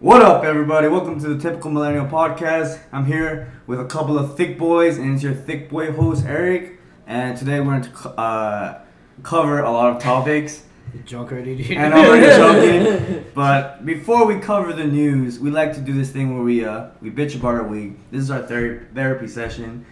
What up, everybody? Welcome to the Typical Millennial Podcast. I'm here with a couple of thick boys, and it's your thick boy host, Eric. And today we're going to co- uh, cover a lot of topics. Joke already, dude. And I'm already joking. But before we cover the news, we like to do this thing where we uh, we bitch about our week. This is our ther- therapy session.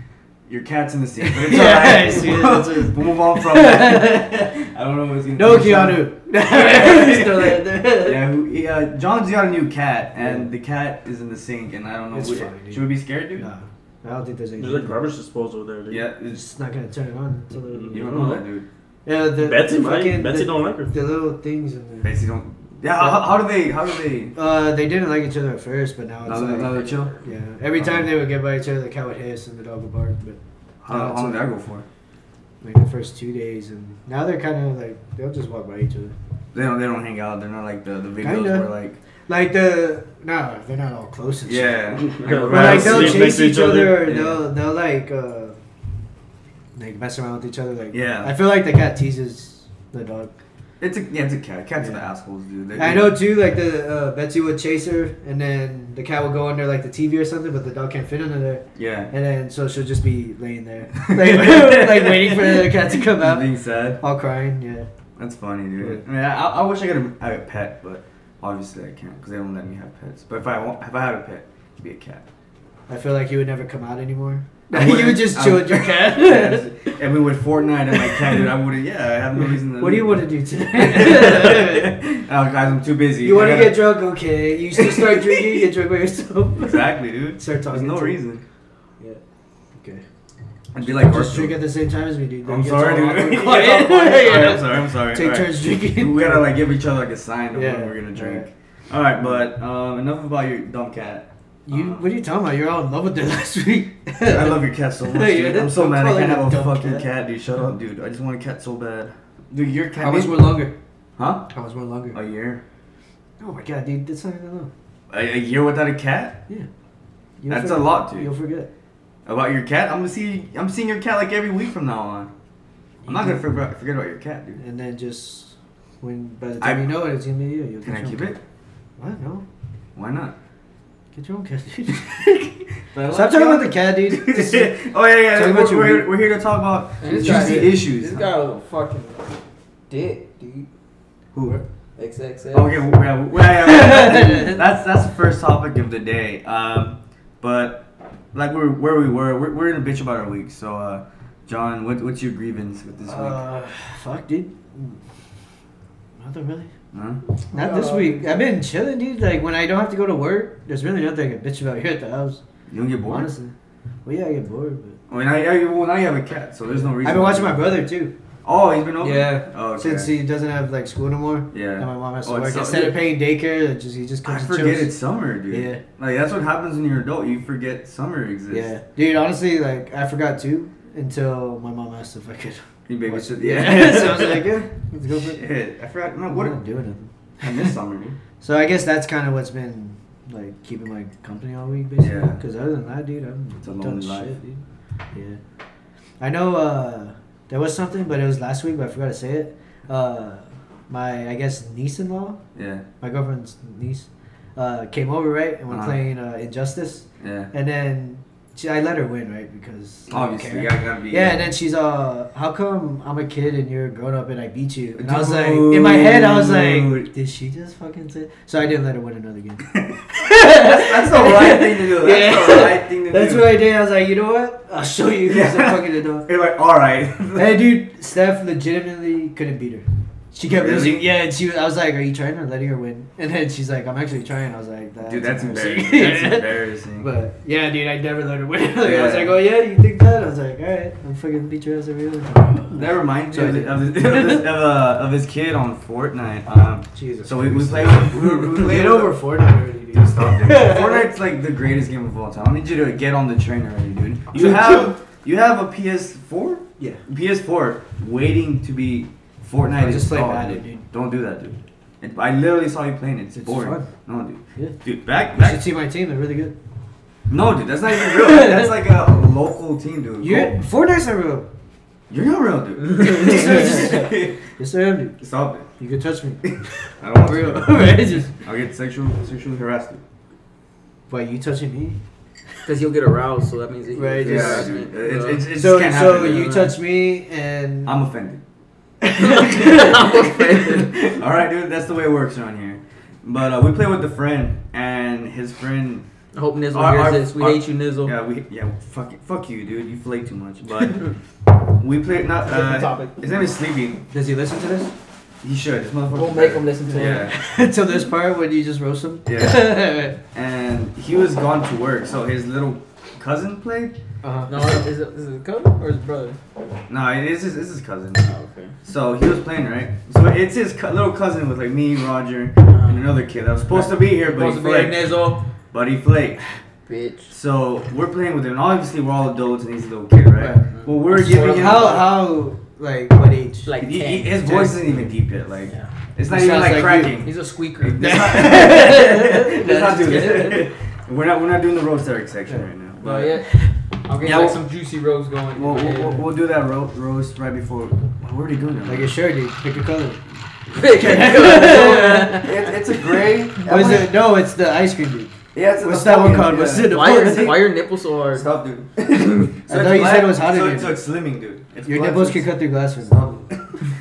Your cat's in the seat, but it's Yeah, I alright. see it. That's what- we'll move on from that. I don't know what's gonna No Keanu. Just throw that there. yeah, who, he, uh, John's got a new cat, and the cat is in the sink, and I don't know. It's who- fine, dude. should we be scared, dude? Nah, I don't think there's anything. There's like garbage disposal there, dude. Yeah, It's it's, just not gonna turn it on until the. you don't know that, dude. Yeah, the, Betsy the might. fucking- Betsy the, don't like her. The little things in there. Basically, don't. Yeah, how, how do they? How do they? Uh, they didn't like each other at first, but now it's Now they- like. now they're chill? Yeah. Every Okay. time they would get by each other, the cat would hiss and the dog would bark. But How, how it's long did I like- go for? like the first two days, and now they're kind of like they'll just walk by each other. They don't. They don't hang out. They're not like the the videos Kinda. where like. Like the no, they're not all close. And shit. Yeah. But Right, like they'll sleep chase next to each each other. other, or Yeah. they'll they'll like uh, like mess around with each other. Like Yeah. I feel like the cat teases the dog. It's a yeah. It's a cat. Cats are the Yeah. assholes, dude. They- I know too. Like the uh, Betsy would chase her, and then the cat would go under like the TV or something, but the dog can't fit under there, Yeah. and then so she'll just be laying there, like, like waiting for the cat to come out, Being sad. all crying. Yeah, That's funny, dude. I mean, I, I wish I could have had a pet, but obviously I can't because they don't let me have pets. But if I want, if I had a pet, it'd be a cat. I feel like you would never come out anymore. I you would wouldn't- just I chill would- with your cat. Yes. and we would Fortnite and my cat, dude. I wouldn't. Yeah, I have no reason. To What do you want to do today? oh, guys, I'm too busy. you want I to gotta- get drunk? Okay, you still start drinking, you get drunk by yourself. exactly, dude. Start There's talking no to- reason. Yeah. Okay. I'd be like, Just Garfield. drink at the same time as me, dude. Then I'm it gets sorry, all awkward. dude. Quiet. I'm sorry, Yeah. I'm sorry. I'm sorry. Take Alright. turns drinking. We gotta like give each other like a sign of Yeah. when we're gonna drink. Alright. All right, but um, enough about your dumb cat. You, what are you talking about? You're all in love with her last week. I love your cat so much, dude. Yeah, I'm so I'm mad I calling can't you have a dumb fucking cat. cat. dude. Shut up, dude. I just want a cat so bad. Dude, your cat. How much made- more longer? Huh? How much more longer? A year. Oh my god, dude, that's not even long. A, a year without a cat? Yeah. You'll That's a forget. lot, dude. You'll forget. About your cat? I'm gonna see. I'm seeing your cat like every week from now on. I'm not gonna forget, forget about your cat, dude. And then just when by the I- time you know it, it's gonna be you. You'll Can get I your keep own it? cat. What? No. Why not? Get your own cat, dude. Stop talking about the cat, dude. This is- oh yeah, yeah. Talking We're, about your we're- week. we're here to talk about This juicy guy here- issues. This guy was a fucking dick, dude. Who? XXL. Oh, Okay, well, Oh, yeah, well, yeah, yeah. that's that's the first topic of the day. Um, but like we're where we were, we're, we're in a bitch about our week. So, uh, John, what, what's your grievance with this week? Uh, fuck, dude. Nothing really. Huh? Not this Uh, week. I've been chilling, dude. Like when I don't have to go to work, there's really nothing I can bitch about here at the house. You don't get bored. Honestly. Well, yeah, I get bored, but I mean, now, you- well, now you have a cat, so there's no reason. I've been watching my brother too Oh, he's been over. Yeah. Oh, okay. since he doesn't have like school no more. Yeah. And my mom has to Oh, it's work so- instead of paying daycare, it just he just I comes. forget and it's summer, dude. Yeah. Like that's what happens when you're an adult. You forget summer exists. Yeah, dude. Honestly, like I forgot too until my mom asked if I could. You babysit. Yeah. so I was like, yeah, let's go for it. Shit, I forgot. No, I'm what? not doing nothing. I miss summer, dude. So I guess that's kind of what's been like keeping my company all week, basically. Yeah. Because other than that, dude, I'm It's a done lonely shit, life. dude. Yeah. I know uh, there was something, but it was last week, but I forgot to say it. Uh, my I guess niece-in-law, Yeah. my girlfriend's niece, uh, came over right, and we're Uh-huh. playing uh, Injustice, Yeah. and then she, I let her win right because I don't Obviously, care. I gotta be. Yeah, and then she's uh, how come I'm a kid and you're a grown up and I beat you? And I was like, Dude. in my head, I was like, did she just fucking say? So I didn't let her win another game. that's, that's the right thing to do. That's the right thing to That's do. what I did. I was like, you know what? I'll show you who's a Yeah. fucking adult. You're like, all right. Hey, dude, Steph legitimately couldn't beat her. She kept Really? losing. Yeah, and she was, I was like, are you trying or letting her win? And then she's like, I'm actually trying. I was like, that's dude, that's embarrassing. That's Yeah. embarrassing. But yeah, dude, I never let her win. Like, I was Yeah. like, oh yeah, you think that? I was like, all right, I'm fucking beat your ass every other time. that reminds me So of, I the, did. of, this, of, this, of, uh, of his kid on Fortnite. Um, Jesus. so we, we played. We, were- we played Get over Fortnite already, dude. Dude, stop, dude. Fortnite's like the greatest game of all time. I need you to get on the train already, dude. You have you have a PS4, Yeah. PS4 waiting to be Fortnite. I'll just play installed, Madden, dude. Don't do that, dude. It, I literally saw you playing it. It's, It's boring. fun. No, dude. Yeah. Dude, back You should back. see my team. They're really good. No, dude, that's not even real. that's like a local team, dude. You Go- Fortnite's not real. You're not real, dude. Yes, I am, dude. Stop it. You can touch me. I don't want Real. to. Right? Just- I'll get sexual sexually harassed. dude. Why you touching me? Because you'll get aroused, so that means that you Right, Yeah, just- dude. It, it, it, just so can't so happen. you dude. touch me and I'm offended. offended. All right, dude. That's the way it works around here. But uh, we play with the friend, and his friend I hope Nizzle Our- hears our- this. We our- hate you, Nizzle. Yeah, we yeah fuck it, fuck you, dude. You flake too much. But we play not. Uh, Different topic. His name is Sleepy. does he listen to this? He should. This motherfucker. We'll make him listen to it. Yeah, to this part when you just roast him? Yeah. and he was gone to work, so his little cousin played. uh-huh. No, is it, is it cousin or his brother? No, it is his, it's his cousin. Oh, okay. So he was playing, right? So it's his co- little cousin with like me, Roger, and another kid that was supposed to be here, but Supposed he Um, to be like flaked. Nizzle. but he flaked. Bitch. So we're playing with him. And obviously, we're all adults, and he's a little kid, right? Well, we're giving him How how like what age? Like he- he- 10. his voice isn't even deep yet. Like Yeah. it's not He even like, sounds like you. cracking. He's a squeaker. Let's not- let's not do this. We're not we're not doing the roast Eric section right now. But yeah, I'll get Yeah, like we'll- some juicy rose going. We'll, we'll, we'll, we'll do that ro- roast right before. Well, we're already doing it. Like a shirt, dude. Pick a color. It- it's a gray. What is it? No, it's the ice cream, dude. Yeah, it's a What's that one Napoleon, called? What's it? why, are, why are your nipples so hard? Stop, dude. so it's thought you said it was black- hotter So, than it's- so it's slimming, dude. It's Your black, nipples so can it's- cut through glass with Stop.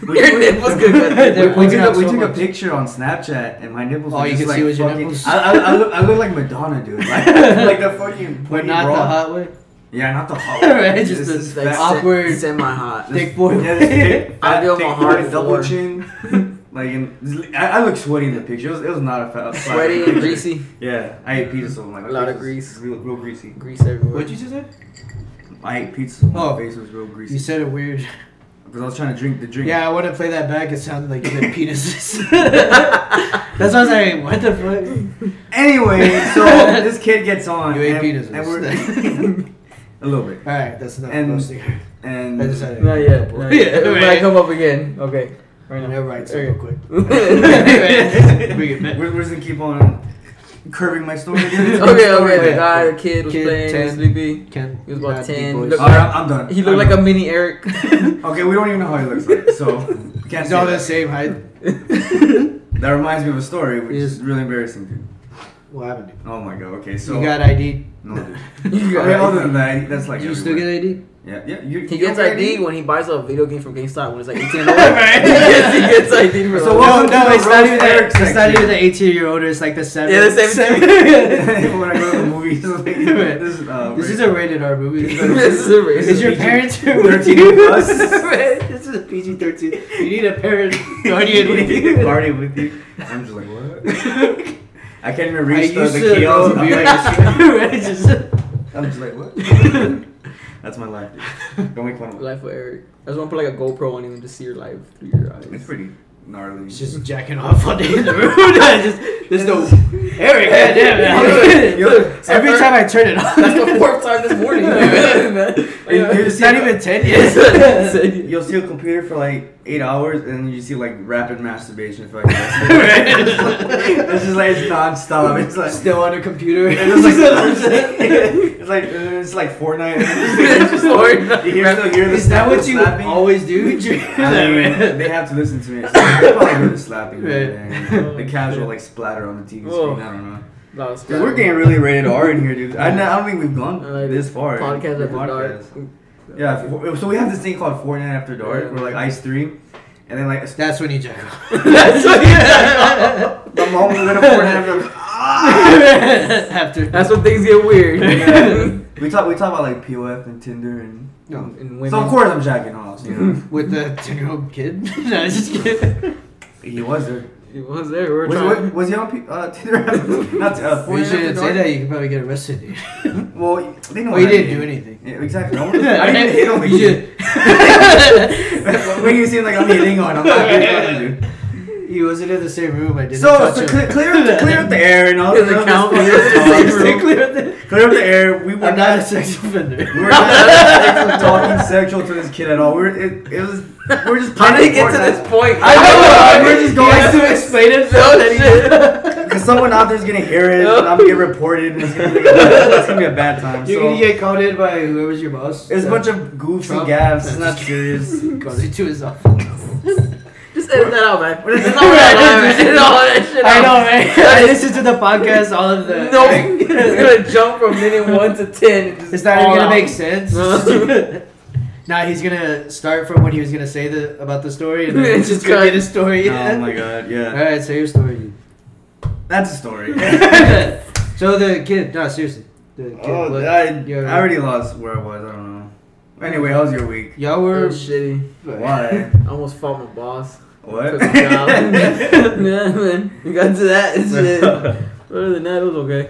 We- Your we- nipples we- can cut through. We, took, They're a, we so took a much. picture on Snapchat and my nipples. Oh, were you just can like see with your fucking- nipples? I, I, I, look, I look like Madonna, dude. Like, like the fucking. But pointy not the bra. hot way. Yeah, not the hot. Right, This just is this, fat- like, awkward- Semi-hot. This- Thick boy. Yeah, this thick, I fat, feel my thick heart boy, double floor. chin. Like, and I, I look sweaty in the picture. It was, it was not a fat. Sweaty and greasy. Yeah, I ate pizza, so my A lot face of was grease. Real, real greasy. Grease everywhere. What'd you just say? I ate pizza, so my Oh. face was real greasy. You said it weird. because I was trying to drink the drink. Yeah, I want to play that back. It sounded like you said penises. That's why I was like, what the fuck? Anyway, so this kid gets on. You and, ate penises. and we're- a little bit. All right, that's enough. And- roasting. And I decided. Not yet. Not Yeah, yet. When I right. come up again. Okay. Right now. Never mind. So Okay. real quick. Bring it back. we're, we're just gonna keep on curving my story. okay, dude. okay. The Yeah. guy, the kid was Kid, playing, 10. sleepy. Ken, He was about not big 10. boys. Look- All right, I'm, I'm done. He looked I'm like a mini Eric. done. Okay, we don't even know how he looks like, so can't He's say all the that. same height. That reminds me of a story, which is Yes. really embarrassing, dude. What happened? dude? Oh my god. Okay, so you got ID? no, dude. You I got mean, it. other than that, that's like Did you still get everywhere. ID? Yeah, yeah. You, He you gets don't get ID when he buys a video game from GameStop when it's like 18 and older. Right. he, gets, he gets ID for So like- welcome to no, no, the it's not roast even the, Eric it's not section. even the 18 year old. It's like the seven. Yeah, the seven. when I go to the movies, like, this is uh, this is a rated R movie. This is a rated Is your PG-13 parents here with you? plus. this is PG 13. You need a parent guardian with you. Guardian with you. I'm just like what? I can't even I reach the, used the to go kiosk. to I'm, beer like, industry. I'm just like what? That's my life. Dude. Don't make fun of it. Life with Eric. I just want to put like a GoPro on you and just see your life through your eyes. It's pretty gnarly. It's just jacking off all day in the room. I just, there's no Eric. Goddamn Yo, it! Every time I turn it off, That's the fourth time this morning. you it's not even ten years. Yes. You'll see a computer for like eight hours, and you see like rapid masturbation for like. This is like it's nonstop. It's like Still on a computer. It's like it's like it's like Fortnite. It's just like, you hear, still hear the Is that snap- what the you slapping. always do? I mean, they have to listen to me. So they probably hear the slapping Right. and the Oh, casual shit. like splatter on the TV Oh. screen. I don't know. No, it's Dude, we're getting really rated R in here, dude. I, I don't think we've gone Like, this far. podcast The after dark. Yeah. for- so we have this thing called Fortnite After Dark, where like I stream, and then like a- That's when you jack off. That's what you said. the moment we're gonna Fortnite After Dark. After That's when things get weird. Yeah. We talk we talk about like POF and Tinder and no, And women. so of course I'm jacking off. You know, with the ten year old kid. no, I'm just kidding. he was there. It was there. We were Was, trying. was, was he on P- uh, Tinder? Not uh, You Fortnite After should say Dark. that. You could probably get arrested. Dude. Well, they know Well, what I you didn't mean. do anything. Yeah, exactly. I, wasn't- I didn't hit on the You kid. should- when you seem like I'm hitting on, I'm not hitting on He wasn't in the same room. I you. didn't. So touch to him. clear, clear, up the, clear up the air and all Doesn't all count. this- It's the Stay same clear of the- clear up the air. We were I'm not a not. sex offender. We were not talking sexual to this kid at all. We were, it, it was. We were just. How did playing he get to Fortnite. this point? I know. We're just going Yes. to explain himself that he did. Cause someone out there's gonna hear it, and I'm gonna get reported, and it's gonna be, it's gonna be a bad time. You're so gonna get called in by whoever's your boss. it's a bunch of goofs and Trump. gaffes. It's not serious. Goes into his office. Just edit that out, man. What is Just it? all that, man. Edit all that shit I out. know, right? I listen to the podcast, all of the. No, it's gonna jump from minute one to ten. and just It's not even all gonna out. make sense. nah, he's gonna start from when he was gonna say the about the story, and then It's it's just just gonna cut. get a story. Oh my god, yeah. All right, say your story. dude. That's a story. Oh, so the kid, no, seriously, the kid. oh, what- I, your- I already lost where I was. I don't know. Anyway, how was your week? Y'all It Oh, were was shitty. Why? I almost fought my boss. What? Took my job. yeah, man. We got to that and shit. Other than that, it was okay.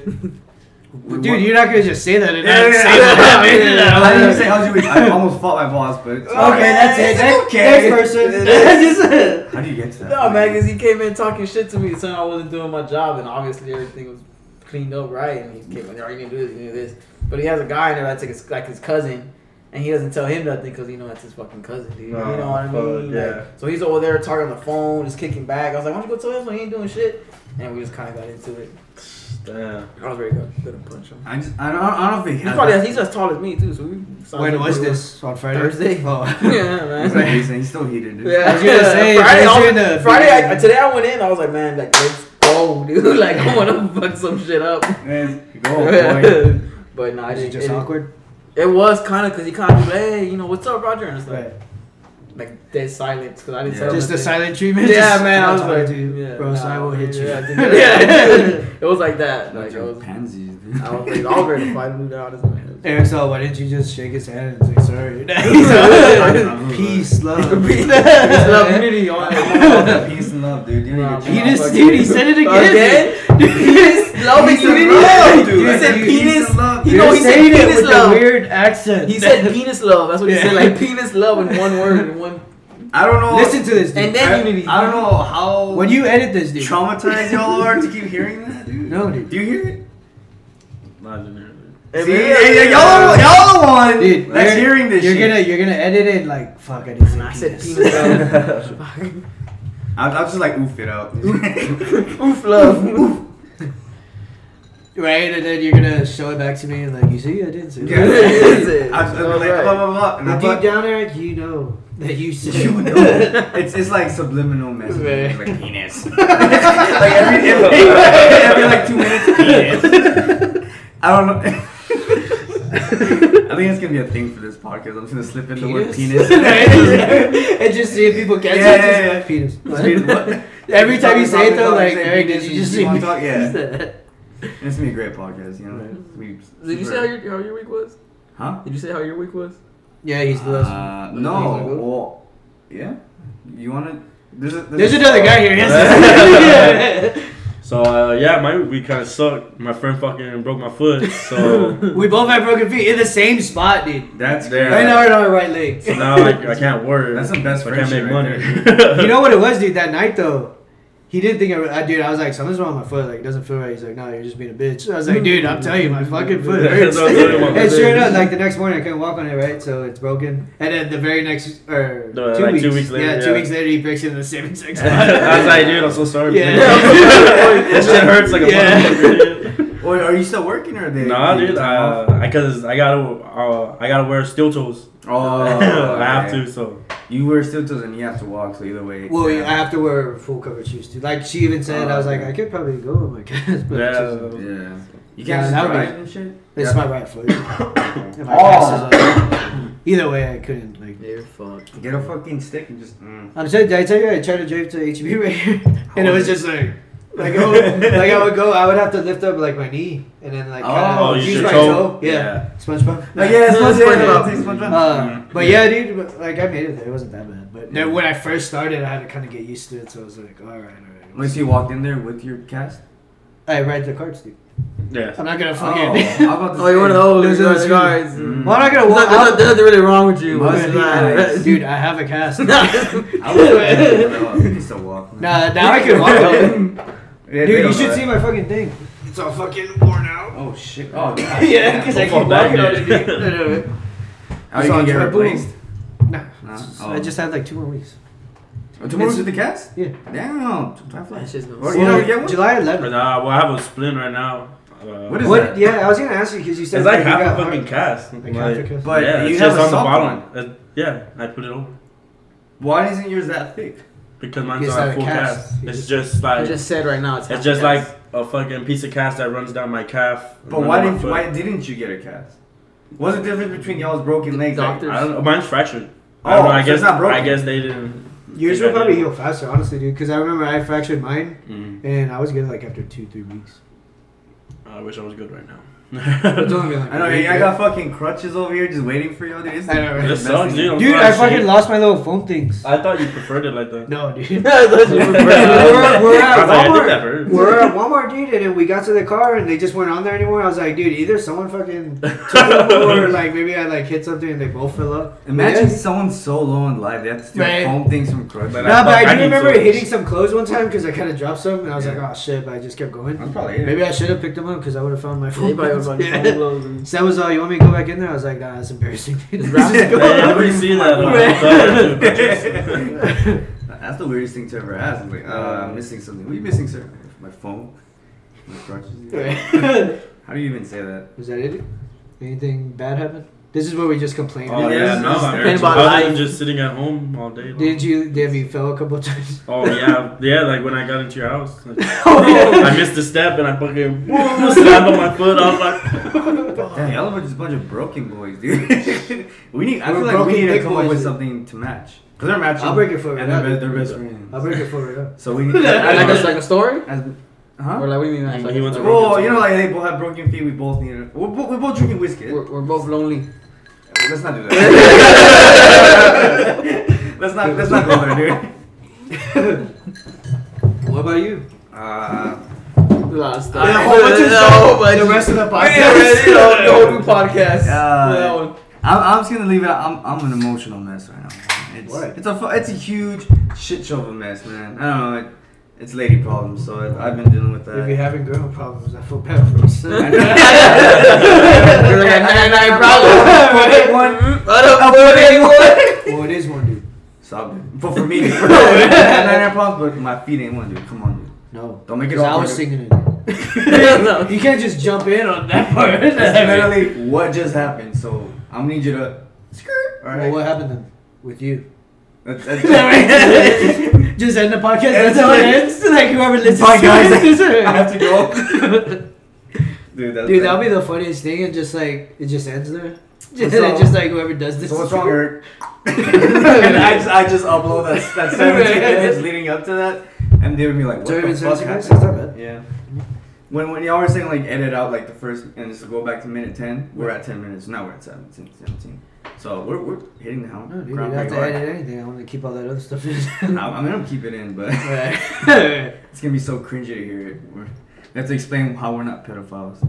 Dude, you're not gonna just say that. And Yeah, yeah, not say yeah. that, man. How do you say how's your week? I almost fought my boss, but it's Okay, that's it. It's Next, okay. next person. Just- How do you get to that? no, point? man, because he came in talking shit to me, saying I wasn't doing my job, and obviously everything was cleaned up right. And he came in there, you need to do this, you need to do this. But he has a guy in there that's like his, like his cousin, and he doesn't tell him nothing because you know that's his fucking cousin, dude. Oh, you know what I mean? fuck, yeah. Like, so he's over there talking on the phone, just kicking back. I was like, why don't you go tell him when he ain't doing shit? And we just kind of got into it. Damn. I was ready to go to punch him. I just I don't, I don't know if he He's has. probably that- he's as tall as me too. So we. When was this? On Friday. Thursday. Oh. yeah, man. He's like, he's he's still heated. Dude. Yeah, I was gonna say, Friday, if I you're was- in the Friday I, beginning- today I went in. I was like, man, like let's go, dude. Like I want to fuck some shit up. Man, go boy. but no, I Is Oh, it didn't. just it, awkward? It was kind of because he kind of hey, you know what's up, Roger, and it's like Right. like dead silence because I didn't. Yeah. Tell him Just the nothing. silent treatment. Yeah, just man. I not was talking like, to you. yeah, bro, so I nah, will hit you. Yeah, I did- yeah. it was like that. Like Bunch it of was. pansies, dude. I was ready. I was ready to fight him down. Eric's all, "Oh, why didn't you just shake his hand and say sorry? Peace, love. Peace, love, love, unity, all that. Peace and love, dude. You Nah, don't He even man. get just, fucking- dude, he said it again. Penis, love, and Peace and unity. love, Love, dude. He Like, said dude, peace penis. and love, He dude. know he You're said saying it penis with love. a weird accent. He said penis love. That's what he Yeah. said. Like penis love in one word, in one. I don't know. Listen to this, dude. And then unity. I don't know how when you edit this, dude. traumatized y'all are to keep hearing that, dude. No, dude. Do you hear it? Hey, See, hey, man. hey, y'all, are, y'all the one Dude, that's you're- hearing this. You're shit. gonna, you're gonna edit it like, fuck, I didn't say I penis. said penis love. Fuck. I'll, I'll just like oof it out. Oof love. right, and then you're gonna show it back to me and like, you see, I didn't say Yeah. that. I'll just I'll be like blah blah blah. And But I'm deep like, down, Eric, you know that you said you know, it's it's like subliminal messaging, Right. like penis. like every every, every like two minutes, penis. I don't know. I think it's gonna be a thing for this podcast. I'm just gonna slip in the word penis. and just seeing people catch Yeah, it, yeah, just yeah. like, penis. Penis, what? Every time you say it though, Talking, like talking, Eric, penis, did you just keep see on me? talking, Yeah. Did And It's gonna be a great podcast, you know. Right. It's gonna be Did super- you say how your how your week was? Huh? Did you say how your week was? Yeah, he's the last. Uh, one. He's like, no. oh. Well, yeah. You wanna? There's, a, There's another guy here. Yes. So uh, yeah, my week kind of sucked. My friend fucking broke my foot, so we both have broken feet in the same spot, dude. That's There. Right I now, we're on our right leg. so now I, I can't work. That's some best I can't friendship make money. right You know what it was, dude? That night though, he didn't think I, I dude. I was like, something's wrong with my foot. Like, it doesn't feel right. He's like, no, you're just being a bitch. I was like, dude, I'm telling you, my fucking foot hurts. That's what I'm telling you, my and sure foot enough, hurts. like the next morning, I couldn't walk on it, right? So it's broken. And then the very next, or No, two, like, weeks, two weeks later, yeah, two yeah. weeks later, he breaks it in the same exact I spot. was like, dude, I'm so sorry. Yeah. man. this shit hurts like a Yeah. motherfucker. dude. Or Oh, are you still working or are they? Nah, they- dude, uh, I cause I gotta uh, I gotta wear steel toes. Oh, I have okay. to. So You wear steel toes and you have to walk, so either way. well, yeah. I have to wear full coverage shoes too. Like she even said, I was like, I could probably go with my cats, but it's just- Oh, yeah, yeah. You can't Yeah, just that would drive be- and shit. Yeah. it's my right foot. And my Oh. glasses on. Either way, I couldn't like. You're fucked. Get a fucking stick and just. Mm. I'm sorry, did I tell you I tried to drive to HB right here? And it was just like, like, I would, oh, like I would go, I would have to lift up like my knee and then like kinda Oh, use use your my toe? toe. Yeah. Yeah. SpongeBob. yeah, it's not SpongeBob. it's SpongeBob. Uh, but yeah, dude, but, like I made it there. It wasn't that bad. But then when I first started, I had to kind of get used to it. So I was like, all right, all right. Once you walked in there with your cast. I ride the carts, dude. yeah. I'm not gonna Oh, fucking. I'm about to Oh, you're one of those. Those are Those the are guys. Mm. Well, I'm not gonna There's walk. nothing- there's nothing really wrong with you. Must It's be not- nice. dude, I have a cast. nah, say. I would. I would still walk. man. now I can walk. Yeah, they Dude, you don't should know see that. my fucking thing. It's all fucking worn out. Oh shit. Oh god. yeah, because I Don't keep fall back walking on yet. it. dude. How It's Oh, you gonna on get your boom. replaced? Nah, Nah. it's- Oh. I just have like two more weeks. Oh, Tomorrow's with the cast? Yeah. Damn. Time That flies. shit's gonna What, suck. you know, yeah, what- July 11th. But nah, well, I have a splint right now. Uh, What is What? that? Yeah, I was gonna ask you because you said It's like you half got a fucking cast. hard- like half Like- your cast. But yeah, you it's have just a on the soft bottom. Uh, yeah, I put it over Why isn't yours that thick? because mine's It's not not a a full cast. cast. You It's just- just I like just said right now. It's, it's half just cast. like a fucking piece of cast that runs down my calf. But runs why down my didn't foot. why didn't you get a cast? What's the difference between y'all's broken legs? Like, Doctors. I don't know. Mine's fractured. Oh, I, don't know, I so guess it's not broken. I guess they didn't. Yours think will I probably did. heal faster, honestly, dude. Because I remember I fractured mine Mm. and I was good like after two, three weeks. I wish I was good right now. It's only been, like, I a know. week, Yeah, I dude. got fucking crutches over here just waiting for y'all. Dude, it's I know, right? This sucks, dude. I'm Dude, sorry, I fucking shit. lost my little foam things. I thought you preferred it like that. no, dude. Those we're, were- We're- we're at I was like, I Walmart. think that hurt. We're at Walmart, dude, and then we got to the car and they just weren't on there anymore. I was like, dude, either someone fucking took them or like maybe I like hit something and they both fell up. Imagine Yeah. someone so low in life they have to steal Right. foam things from crutches. But No, but I I do need remember some. hitting some clothes one time because I kind of dropped some and I was Yeah. like, oh shit, but I just kept going. I'm probably Maybe I should have picked them up because I would have found my phone. They probably would've Yeah. gone full blows and- So that was all. You want me to go back in there? I was like, nah, that's embarrassing. dude." wrap it Hey, I already seen that. but I thought that was good. That's the weirdest thing to ever ask. I'm like, uh, I'm missing something. What are you missing, sir? My phone, my crutches. How do you even say that? was that it? Anything bad happen? This is where we just complain. Oh Yeah, yeah, it's no, just I'm terrible. I wasn't Life. just sitting at home all day. long. Didn't you? Have you fell a couple of times? Oh yeah, yeah. Like when I got into your house, like, Oh, I missed a step and I fucking slammed on my foot. I was like, Damn, y'all are just a bunch of broken boys, dude. we need. I We're feel like we broken need to dick come up boys, with dude. something to match. Cause they're matching. I'll break it for And you. they're, be- they're best I'll friends. break it for you. So we need. like, a, like a story? as, Or huh? like, what do you mean? Like, He like a wants a story? broken Well, you know, like they both have broken feet. We both need. it. We're, bo- we're both drinking whiskey. we're, we're both lonely. Let's not do that. let's not. Let's not go there, dude. What about you? Uh, A lot of stuff. Yeah, a whole bunch of stuff. but The rest of the We already podcast. know the whole new podcast. Yeah. That one. I'm, I'm just gonna leave it. out. I'm, I'm an emotional mess right now. It's, What? it's a fu- it's a huge shit show of a mess, man. I don't know. It, it's lady problems, so I, I've been dealing with that. If you're having girl problems, I feel bad for Oh, you. You're like, nah, nah, nah, problem. What up, well, it is one dude. Stop it. But for me, I had problems, but my feet ain't one, dude. Come on, dude. No, Don't make it because I all. was perfect. singing it. No. You can't just jump in on that part. That's literally what just happened. So I'm gonna need you to. Skirt. All Well, right. what happened then with you? That's, that's- Just end the podcast. That's That's how it it. ends. Like whoever listens Bye, to guys. it, this is I have it. to go. Dude, that's Dude, that'll be the funniest thing. And just like it just ends there. Just, So- just like whoever does this. So what's wrong, Eric? and I just, I just upload that, that 17 minutes leading up to that, and they would be like, what So the it's fuck it's happened? not bad. Yeah. When, when y'all were saying like edit out like the first and just go back to minute 10, we're at 10 minutes. Now we're at 17. 17. So we're, we're hitting the home. No, dude, you ground don't have pretty to hard. edit anything. I want to keep all that other stuff in. I, I mean, I'm keep it in, but Right. it's gonna be so cringy to hear it. We're, we have to explain how we're not pedophiles.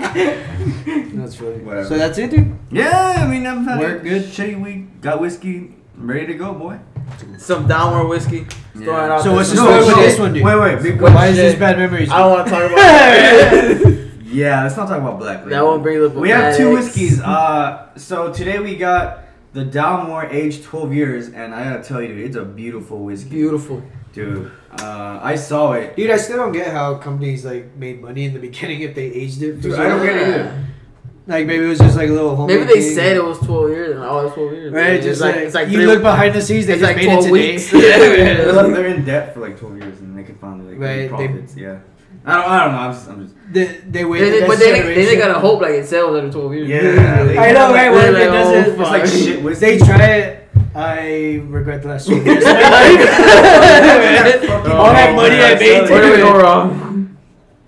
that's funny. Whatever. So that's it, dude. Yeah, I mean, I'm had We're a good. Shitty week. Got whiskey. I'm ready to go, boy. Some downward whiskey. Yeah. Throwing out So what's the this- No, no, story with no. this one, dude? Wait, wait. big What question. Why is shit. this bad memories? I don't want to talk about that. Yeah, let's not talk about black. Label. That won't bring up a We have two bad whiskeys. Uh, so today we got the Dalmore aged 12 years, and I gotta tell you, it's a beautiful whiskey, Beautiful. dude. Uh, I saw it. Dude, I still don't get how companies like made money in the beginning if they aged it. for Dude, so I don't long. get it either. Like maybe it was just like a little homemade. Maybe they thing. said it was 12 years and all that's 12 years. Right, It's just like, it's like you three- look behind the scenes, they it's just like made it 12 today. weeks. Yeah. They're, like- they're in debt for like 12 years, and they can finally like make Right, they- profits. yeah. I don't. I don't know. I'm just. I'm just. they, they They- waited. they- the but next they, they, they, generation. gotta hope like it sells after 12 years. Yeah. they- I know, right? What if it They're like, oh, doesn't? fuck. It's like shit If they whiskey. try it, I regret the last two years. All All that money Oh, I made to Where did we go do it. wrong?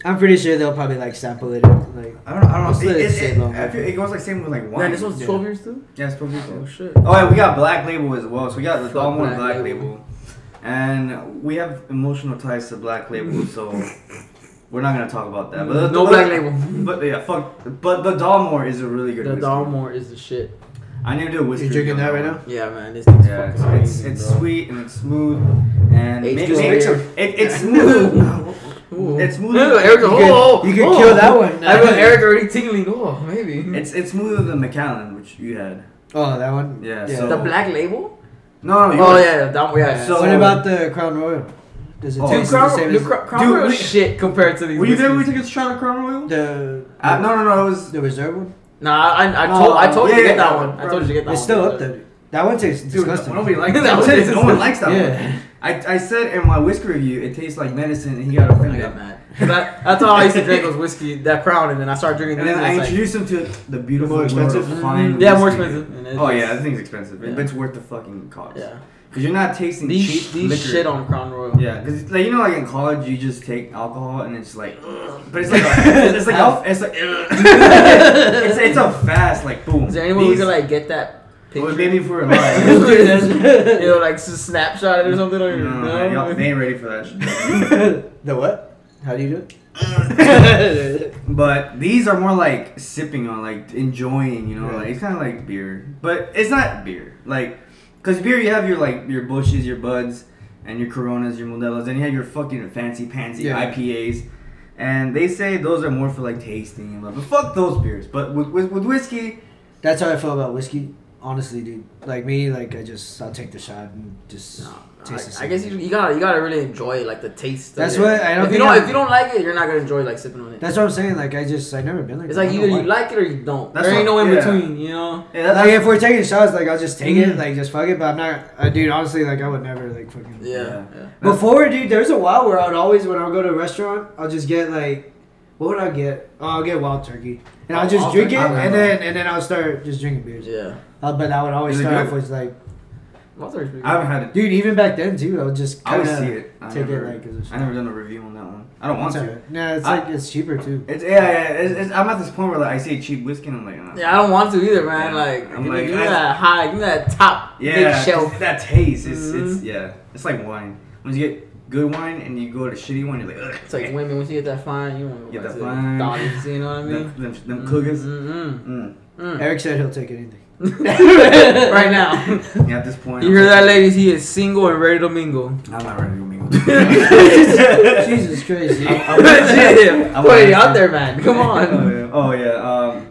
I'm pretty sure they'll probably like sample it. and, Like, I don't know. I don't know. Let's let It, it it, sit it, longer. I feel- it goes like same with like wine. Man, this one's 12 years too? Yeah, it's 12 years. Oh shit. Oh, yeah, we got Black Label as well. So we got the Fuck Dalmore Black, Black Label. Label. And we have emotional ties to Black Label, so we're not going to talk about that. But the- No but- Black Label. But yeah, fuck. But the Dalmore is a really good The whiskey. Dalmore is the shit. I need to do a whiskey. You drinking review that on right now? Yeah, man, this thing's Yeah, fucking it's, it's, amazing, it's bro. sweet and it's smooth. And Aged make- just make- mix it, 'em. it's smooth. Ooh. It's Ooh, moving. Eric, You oh, could- oh, you could oh. kill that one. I feel Eric already tingling. Oh, maybe. It's it's smoother than McAllen, which you had. Oh, that one. Yeah, Yeah. so- the black label. No, no, you Oh were- yeah, that, yeah. So- what about the Crown Royal? Does it Oh, Dude, taste the same Crown, as dude, Crown, Crown Dude, Royal we- shit compared to these. Were you there when we whiskeys. took a shot of Crown Royal? the Uh, no, no, no. It was the reserve one? Nah, I, I told, I told yeah, you to get yeah, that yeah. one. I told you to get that one. It's still up there. That one tastes Dude, disgusting. nobody likes That that. was Said, no one likes that. One. yeah. I, I said in my whisker review, it tastes like medicine, and he got I offended. got mad. 'Cause I- that's all I used to drink was whiskey, that Crown, and then I started drinking And this. then I and it's like- introduced him to the beautiful, More expensive? Mm-hmm. world of fine. yeah, more whiskey. expensive. and it's Oh yeah, that just- thing's expensive, Yeah. but it's worth the fucking cost. yeah. Because you're not tasting These cheap these liquor. shit on Crown Royal. Yeah, because like you know, like in college, you just take alcohol and it's like, ugh, but it's like a, it's like a, it's like ugh. it's it's a fast like boom. Is there anyone who These- can like get that Well, picture? maybe if we were Dude, alive. that's- you know, like s- snapshot it or something. Or, No, no, no, y'all- they ain't ready for that shit. the what? How do you do it? But these are more like sipping on, like enjoying, you know, like it's kind of like beer, but it's not beer. Like, cause beer you have your like your bushes, your buds, and your Coronas, your Modelos, and you have your fucking fancy pansy Yeah. IPAs, and they say those are more for like tasting and blah. But fuck those beers. But with with, with whiskey, That's how I feel about whiskey. Honestly, dude. Like me, like I just I'll take the shot and just No, taste the I, I same guess thing. you, you gotta you gotta really enjoy like the taste. That's of it. what- I don't If you think don't I'm- if you don't like it, you're not gonna enjoy like sipping on it. That's what I'm saying. Like I just I never been like It's that. like I either don't you like it or you don't. That's there ain't no what- in yeah. between, you know. yeah, that- like if we're taking shots, like I'll just take Mhm. Mm-hmm. it, like just fuck it. But I'm not, uh, dude. Honestly, like I would never like fucking. Yeah. Yeah. Before, dude, there was a while where I would always, when I would go to a restaurant, I'll just get like, what would I get? Oh, I'll get wild turkey, and I'll just Oh, Wild drink it, turkey? and then and then I'll start just drinking beers. Yeah. Uh, but I would always Is it start good? off with like, What's our I haven't had it. dude, even back then too, I would just I kind would see of. it. I take it, never, like, as a I never done a review on that one. I don't want to. Nah, it's I- like it's cheaper too. It's yeah, yeah. It's, it's, I'm at this point where like I see a cheap whiskey and I'm like, uh, Yeah, I don't want to either, man. Yeah. Like, I'm give, me- like, give me I- that high, give me that top Yeah, big 'cause shelf. that taste is it's Mhm. yeah, it's like wine. When you get good wine and you go to shitty wine, you're like, Ugh. It's like women, once you get that fine, you want to Get go back that to the fine. Dolly's, you know what I mean? Mm-hmm, them, them, them cougars. Mm-mm. Mm. Eric said he'll take anything. right now. Yeah, at this point, You I'm hear that, like, ladies? He is single and ready to mingle. I'm not ready to mingle. Jesus Christ. dude. I'm- yeah. I'm Wait, like- out there, man. Come on. oh yeah. Oh, yeah.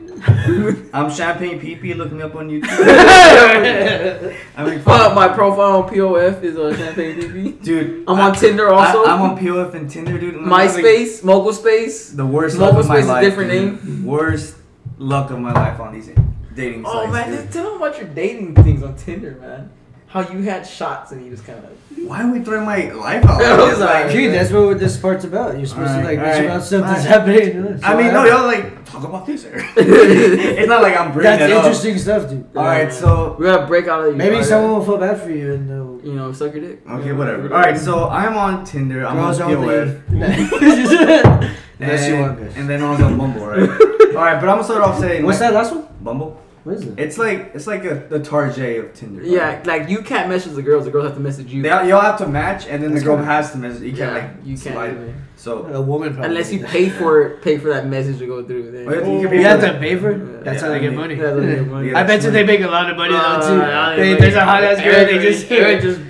Um, I'm champagne pee pee. Look me up on YouTube. Fuck, I mean, my profile on POF is on Champagne TV. dude. I'm on Tinder also. I, am on POF and Tinder, dude. and I'm having MySpace, Mogul Space. The worst Mobile luck of my Space is life. different dude. Worst luck of my life on these dating sites. Oh man, dude. just tell them about your dating things on Tinder, man. How you had shots and you just kind of. Why are we throwing my life out? I like was this? like, Dude, that's what this part's about. You're supposed Alright, to like bitch alright, about stuff alright. that's happening. you know? So I mean, no, y'all like talk about this. Eric. it's not like I'm bringing That's it up. interesting stuff, dude. All right, so We gotta break out of your. Maybe uh, someone will feel bad for you and uh, they'll You know, suck your dick. okay, whatever. All right, so I'm on Tinder. I'm Girls on POF. only. Unless you want And, this. and then I was on Bumble, right? All right, but I'm gonna start off saying What's like, that last one? Bumble. What is it? It's like it's like a, the Tarjay of Tinder. right? Yeah, like you can't message the girls. The girls have to message you. They, y'all have to match, and then That's the girl kinda- has to message. You yeah, can't like you can't. slide. do it. So A woman probably. Unless you did. pay for it, pay for that message to go through. Then. Well, you can pay You for have that. to pay for it? That's how they get money. That's how they get money. I bet you they make a lot of money Uh, though I too. They, mean, there's a hot ass girl. Eric They already- just Eric just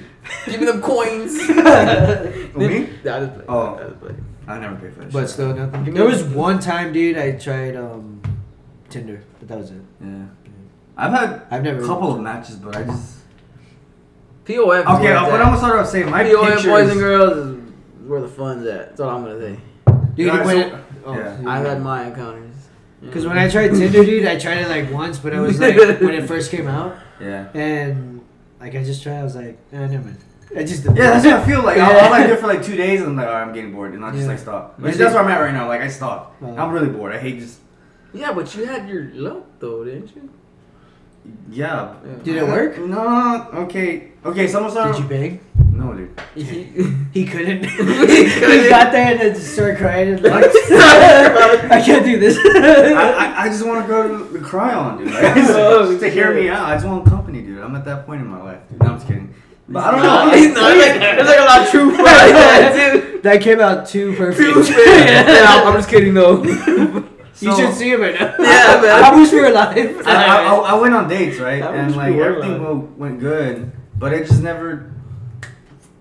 give me them coins. Who, me? Yeah, I just play. Oh. I just play. I never pay for that. But shit. still, nothing. Give me There a- was one time, dude, I tried um, Tinder, but that was it. yeah, I've had I've never. a couple of matches, but I just POF. is okay. where uh, it's What at. I'm gonna start off saying, my POF pictures. boys and girls is where the fun's at. That's all I'm gonna say. Dude, Yeah, when, so- oh, yeah. I've had my encounters. Because when I tried Tinder, dude, I tried it like once, but it was like when it first came out, Yeah. and like I just tried. I was like, eh, never mind. I just didn't. Yeah, that's what I feel like. I'll, Yeah. I'll like do it for like two days, and I'm like, all right, I'm getting bored, and I'll just Yeah. like stop. Maybe- Which that's where I'm at right now. Like I stopped. Uh, I'm really bored. I hate just. yeah, but you had your luck though, didn't you? Yeah. Did it work? No. Okay. Okay. Someone started. Did you bang? No, dude. He couldn't. he couldn't. got there and then just started crying. And like, Like, I can't do this. I, I, I just want to go to the cry on, dude. Like, just, Oh, to hear me out. I just want company, dude. I'm at that point in my life. Dude. No, I'm just kidding. But I don't know. Nah, he's not. It's like, it's like a lot of truth. right there, dude. that came out too Truth, perfect. man. Yeah, I'm- I'm just kidding though. You So- should see him right now. Yeah, man. I wish we were alive. I, I, I- I went on dates, right? That and was like pretty everything well went, went good, but it just never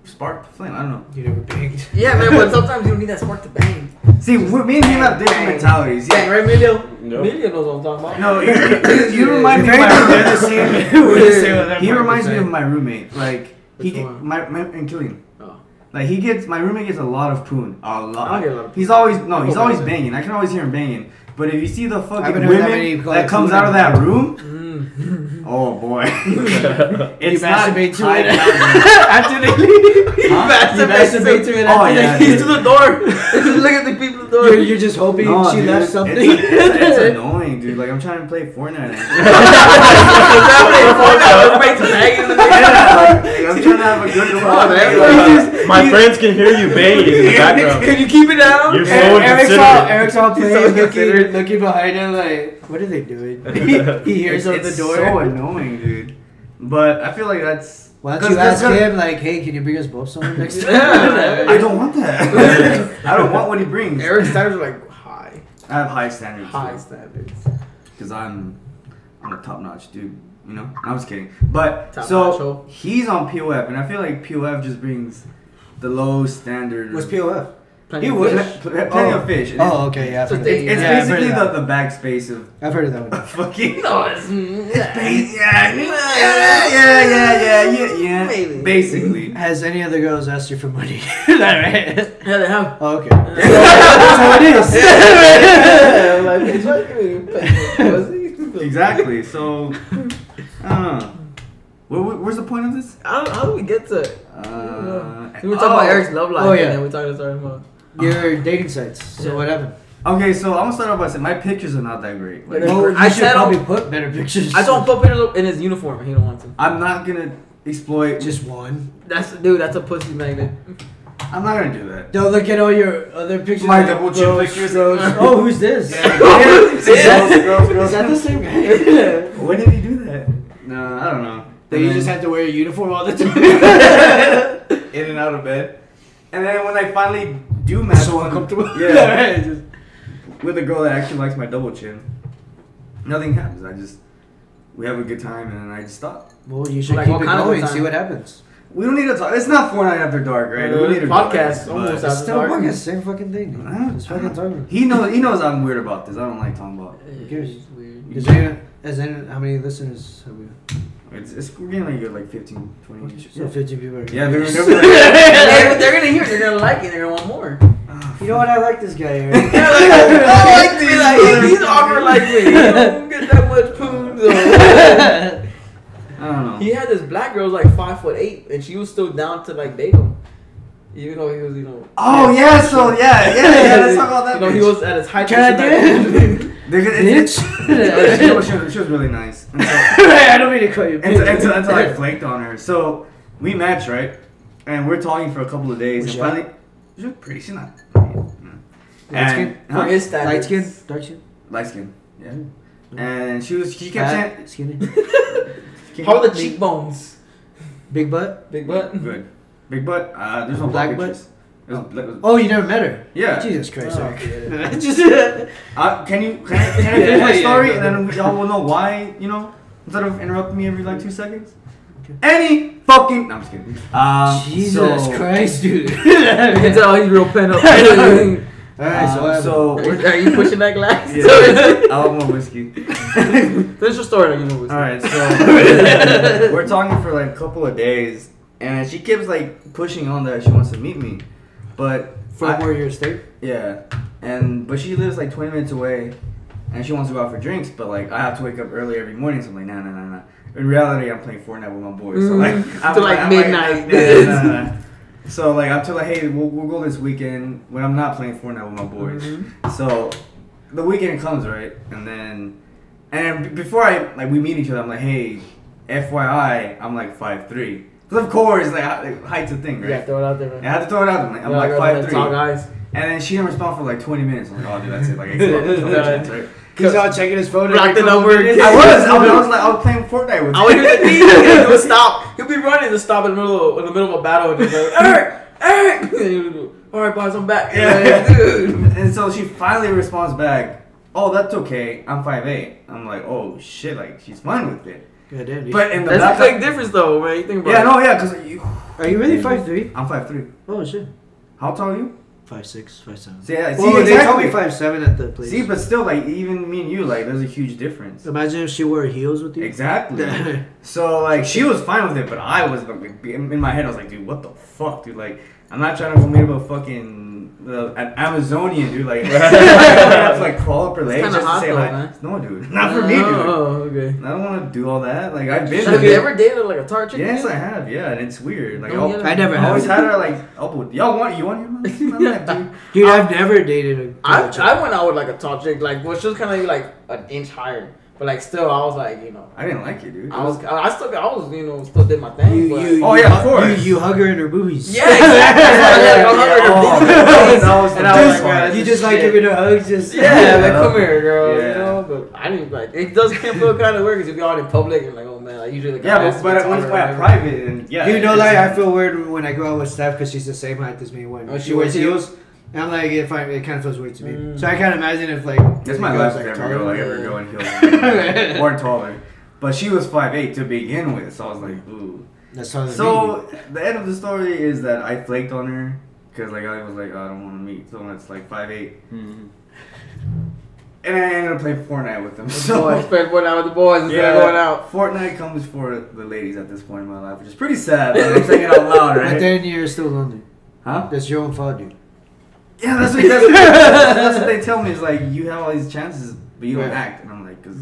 spark the flame. I don't know. You never banged. Yeah, man, but sometimes you don't need that spark to bang. See, we- me and him have different Bang. mentalities. Bang, Yeah. right, Emilio? No. Emilio knows what I'm talking about. No, you, you, you remind me. Of They're the my, same. We're the same with that he part, reminds me but- of my roommate. Like he Which get, one? my, my and Killian. Oh. Like he gets my roommate gets a lot of poon. A I don't lot. get a lot of He's always no. He's Oh, always man. banging. I can always hear him banging. But if you see the fucking been women hearing that that, many people like comes poon out of and- that room, Mm. oh boy, You it's not masturbate to tied it. down. after they leave, he Huh? masturbates You to masturbate it. to it Oh, after yeah, they- He's to the door. Look at the people at the door. You're, you're just hoping No, she dude, left it's- something. It's, it's, it's annoying, dude. Like I'm trying to play Fortnite. Everybody's banging in the Yeah, like, I'm trying to have a good Oh, laugh. man. My friends can hear you banging in the background. Can you keep it down? You're Eric- so Eric's all, Eric's all He's playing, so looking, considerate. looking behind him, like, what are they doing? he hears it's, out the it's door. so annoying, dude. But I feel like that's. Why don't Cause- you cause- ask cause- him, like, hey, can you bring us both something next time? Yeah. I don't want that. I don't want what he brings. Eric's standards are like high, I have high standards. high standards. Because I'm, I'm a top notch dude. You know? I was kidding. But, Top notch, oh. so, ho. he's on POF, and I feel like POF just brings the low standard. What's POF? Plenty He of would. fish. Plenty of fish. and Oh, okay, yeah. I've So heard, of they- that. It's, it's Yeah, I've heard basically of the, that. the backspace of I've heard of that one. fucking. No, it's, it's Base, yeah, yeah, yeah, yeah, yeah, yeah. Maybe. Basically. Has any other girls asked you for money? Is that right? Yeah, they have. Oh, okay. That's how it is. Yeah, like, bitch, why you even pay for pussy? Exactly. So, uh, where, where- where's the point of this? How, how do we get to? it? Uh, We were talking about oh, Eric's love life. Oh, yeah. And then we talking started about. Your dating sites. So what happened? Okay, so I'm gonna start off by saying my pictures are not that great. Like, Yeah, Well, I you should said I'll- probably put better pictures. I told him put it in his uniform. and He don't want to. I'm not gonna exploit. Just one. That's dude. That's a pussy magnet. I'm not gonna do that. Don't look at all your other pictures. My like, double chin gross, pictures. gross. Oh, who's this? Who's Is that- Girls, girls, is girls. that the same guy? When did he do that? No, I don't know. that And you then- just have to wear a uniform all the time. in and out of bed, and then when I finally do match, so one- uncomfortable. Yeah. Right, just- with a girl that actually likes my double chin, nothing happens. I just we have a good time and then I just stop. Well, you should Like, keep what it kind of going. time? See what happens. We don't need to talk. It's not Fortnite after dark, right? Uh, we need to talk, podcast, but- almost out. It's After still dark. fucking the same fucking thing. I Dude. don't- It's fucking talking. He knows. He knows I'm weird about this. I don't like talking about. cares? weird. Is there, as in, how many listeners have we? It's, it's we're getting like, good, like 15, 20 each. So 15 people. Are Yeah, they're, listeners. they're they're, they're gonna hear it. They're gonna like it. They're gonna want more. You know what? I like this guy. Eric. They're like, oh, I like these these. Like, he's motherfuckers. awkward like me. He don't get that much poon. though. I don't know. he had this black girl like five foot eight, and she was still down to like date him, even though he was you know. Oh yeah, so yeah, yeah, yeah. Let's talk about that. You know, he bitch. was at his height. Can I do it? They're gonna- it's- it's- she, was, she was- she was really nice. And so- Right, I don't mean to call you. until, until, until I flaked on her. So we match, right? And we're talking for a couple of days. Was and she hot? finally, she looked pretty. She's not. Light And, skin? For huh? his standards. Light skin, dark skin, Light skin. Yeah. Mm. And she was. She Uh, kept saying. fat, skinny, How are the cheekbones? big butt. Big butt. Good. Big butt. Uh, there's no Black black pictures. There's black- Oh, you never met her. Yeah. Jesus Christ, Oh, Eric. yeah. Just Uh, can you can I, can I Yeah, finish my yeah, story yeah. and then we- y'all will know why you know instead of interrupting me every like two seconds. Any fucking. No, I'm just kidding. Um, Jesus so, Christ, dude. You can tell he's real pent up. All right, so, um, um, so we're- Are you pushing that glass? Yeah. I want more whiskey. Finish your story. Like, you know, All right, so we're talking for like a couple of days, and she keeps like pushing on that she wants to meet me, but from I- where you're staying? yeah, and but she lives like 20 minutes away, and she wants to go out for drinks, but like I have to wake up early every morning, so I'm like nah nah nah nah. In reality, I'm playing Fortnite with my boys, so like Mm, I'm till, like, I'm midnight. nah, nah, nah, nah. So like I'm telling hey we'll, we'll go this weekend when I'm not playing Fortnite with my boys. Mm-hmm. So the weekend comes, right? And then and b- before I like we meet each other, I'm like, hey, FYI, I'm like five three. Because of course, like hei- like, height's a thing, Yeah, right? throw it out there. man. And I had to throw it out. I'm like, I'm like Yeah, five three, Tall and guys. then she didn't respond for like 20 minutes. I'm like, oh dude, that's it. Like, I gave up. There's no chance, right? He's all checking his phone. Block every the couple number. minutes. I was, I was, I was like, I was playing Fortnite with. I would hear the beat. and He would stop. He'd be running to stop in the middle of, in the middle of a battle and just like, Eric, Eric. And he would go, All right, boys, I'm back. Yeah, Like, yeah. dude. And so she finally responds back, "Oh, that's okay. I'm 5'8". I'm like, "Oh shit, like she's fine with it." God damn, dude. But in the That's back, a big difference though, man. You think about yeah, it. no, yeah, cause you, are you really five three? I'm five three. Oh shit, How tall are you? five six, five seven. See, yeah, see, well, they told exactly. me five seven at the place. See, but still, like even me and you, like there's a huge difference. imagine if she wore heels with you. Exactly. So like she was fine with it, but I was like, in in my head I was like, dude, what the fuck, dude? Like I'm not trying to go meet up with a fucking uh, an Amazonian dude. Like I have to like crawl up her legs kinda just to hot say though, like, man. no, dude, not for me, dude. Oh, okay. I don't want to do all that. Like I've been. Have with you it. ever dated like a tart chick? Yes, I have. Yeah, and it's weird. Like Oh, I'll- yeah. I never I have. always had her like elbow. Y'all want you want him? I'm like, dude. Dude, I've never dated a. I, girl. I went out with like a tall chick, like well, she was kind of like an inch higher, but like still, I was like, you know, I didn't like it, dude. I was, I still, I was, you know, still did my thing. You, but, you, Oh, you yeah, hug- of course. You, you hug her in her boobies. yeah, exactly. That's why I was like, I'm Oh, not man, that was- that was And the I was best like, one. Oh, "That's You the just like shit." giving her hugs, just Yeah, Yeah. like come here, girl. Yeah. You know, but I didn't like. It does can feel kind of weird because if you're out in public and like, oh man, like usually the guy Yeah, has but, but to be at taller one or point at whatever. private and yeah. Dude, no it's- lie, I feel weird when I go out with Steph because she's the same height as me when Oh, she, she wears wears heels. And I'm like, if I, it kind of feels weird to me. Mm. So I can't imagine if like. That's if my it last goes, ever taller. girl I ever go in heels or taller. But she was 5'8 to begin with, so I was like, ooh. That's taller than me. So the end of the story is that I flaked on her because like I was like, "Oh, I don't want to meet someone that's like 5'8. And I ended up playing Fortnite with them. So I So spent one out with the boys instead of going out. Fortnite comes for the ladies at this point in my life, which is pretty sad. But I'm saying it out loud, But right? then you're still lonely. Huh? That's your own fault, dude. Yeah, that's what, that's, that's what they tell me. Is like you have all these chances, but you don't Yeah. act. And I'm like, because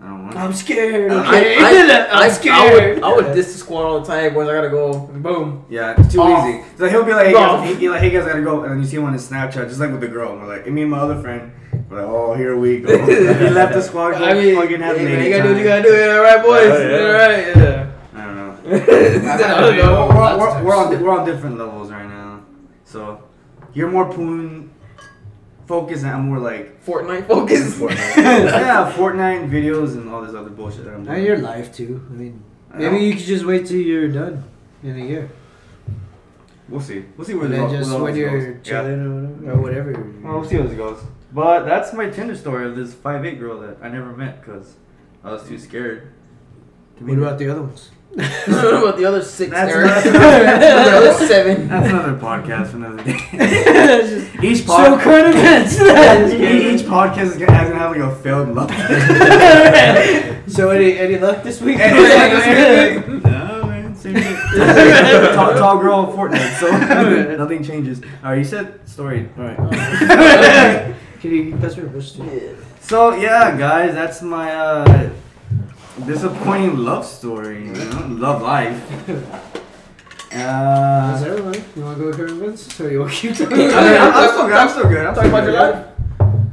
I don't want. to. I'm scared. I, Okay? I, I, am scared. would, I would diss the squad all the time, boys. I gotta go. Boom. Yeah, it's too Off. easy. So he'll be like, hey Off. guys, he, he like, hey guys, I gotta go. And then you see him on his Snapchat, just like with the girl. And we're like, and me and my other friend, we're like, oh, here we go. he left the squad. I mean, fucking had hey, man, lady you gotta do what you time. gotta do. All right, boys. Oh, yeah. All right. Yeah. I don't know. I don't know. We're, we're, we're, we're on, we're on different levels right now. So you're more poon focused, and I'm more like Fortnite focus. yeah, Fortnite videos and all this other bullshit that I'm And doing. your life too. I mean, I maybe you could just wait till you're done in a year, We'll see. We'll see where and this then goes. just where when this you're goes. Yeah. chilling or whatever. Or whatever. Well, we'll see how this goes. But that's my Tinder story of this 5'8 girl that I never met because I was too scared. To What about the other ones? what about the other six, That's Eric? not- the other seven. That's another podcast for another day. so each, pod- current events. e- each podcast is gonna, has gonna have like a failed love. so any any luck this week? no, man, same shit. tall, tall girl on Fortnite, so nothing changes. Alright, you said story. Alright. Can you pass me a bush too? So yeah, guys, that's my uh, disappointing love story. You know? Love life. Is Uh, there one? You want to go current events? So you want to keep talking? I mean, I'm, I'm still good. I'm still good. I'm Talking still about good. your life?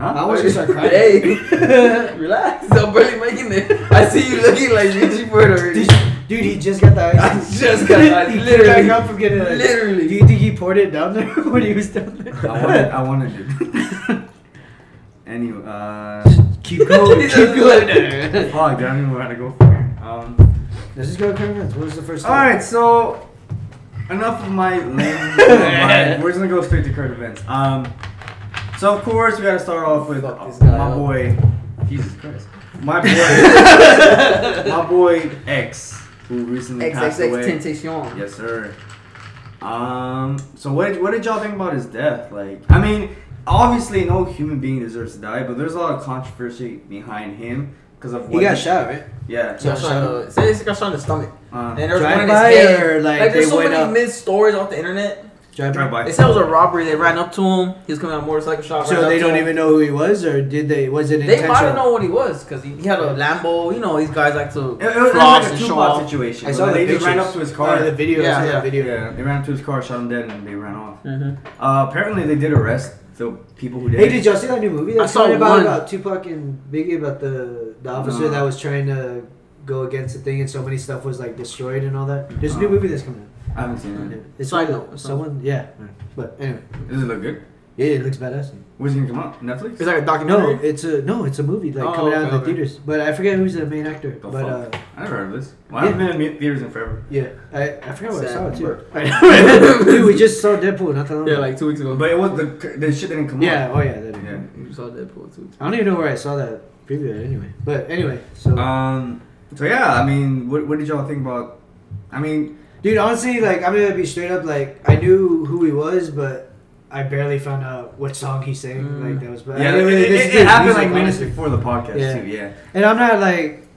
I Huh? want you to start crying. Hey, relax. I'm barely making it. I see you looking like Gigi Bird already. Did you- dude, he just got the I ice. just got that. he came Literally. back up from getting it. Do Literally. you think he poured it down there when he was down I wanted. there? I wanted it. anyway, uh, keep going. He keep doesn't going. fuck, I don't even know where to go from here. Um, Let's just go current events. What was the first? all right, so enough of my lame. vibe. We're just gonna go straight to current events. Um, so of course we gotta start off with Fuck this guy my up. boy. Jesus Christ. My boy. my boy X, who recently passed away. XXX Yes, sir. Um. So what did, what did y'all think about his death? Like, I mean, obviously no human being deserves to die, but there's a lot of controversy behind him because of He what got shot, right? Yeah. So- Tentation. Say this got shot in the stomach. Uh, And there was Drive one in his by head. or, like, there's they so went many up? mid stories off the internet. Drive drive by. by. They said it was a robbery. They ran up to him. He was coming on a motorcycle shot. ran So up they to don't him. even know who he was, or did they? Was it They intentional? might have known what he was because he, he had a Lambo. You know, these guys like to It, it was it was like floss a and show Tupac off. situation. I saw the they just ran pictures. up to his Or car. the video. Yeah, I saw yeah. the video. Yeah, they ran up to his car, shot him dead, and they ran off. Mhm. Uh, apparently, they did arrest the people who did. Hey, it. did y'all see that new movie? I That's saw talking about, one. about Tupac and Biggie about the the officer No. that was trying to go against the thing, and so many stuff was like destroyed and all that. There's a new No. movie that's coming out. I haven't seen it. It's Side with note, it's someone, yeah. But anyway, Does it look good? yeah, it looks badass. Where's it gonna come out? Netflix. It's like a No, documentary. it's a no, it's a movie like Oh, coming out okay, in the okay. theaters. But I forget who's the main actor. The but fuck? uh, I never heard of this. Well, I haven't been in theaters in forever. yeah, I, I forgot what I Sad saw it too. work. Dude, we just saw Deadpool not that long. yeah, ago. like two weeks ago. But it was the the shit didn't come yeah, out. oh yeah, that Yeah. you saw Deadpool two weeks ago. Uh, I don't even know where I saw that preview at anyway. But anyway, so Um, So yeah, I mean, what, what did y'all think about? I mean, Dude, honestly, like I'm gonna be straight up. Like I knew who he was, but I barely found out what song he sang. Mm. Like that was. But I yeah, it, didn't really it- listen it to his happened music, like minutes honestly. before the podcast Yeah. too. Yeah, And I'm not like,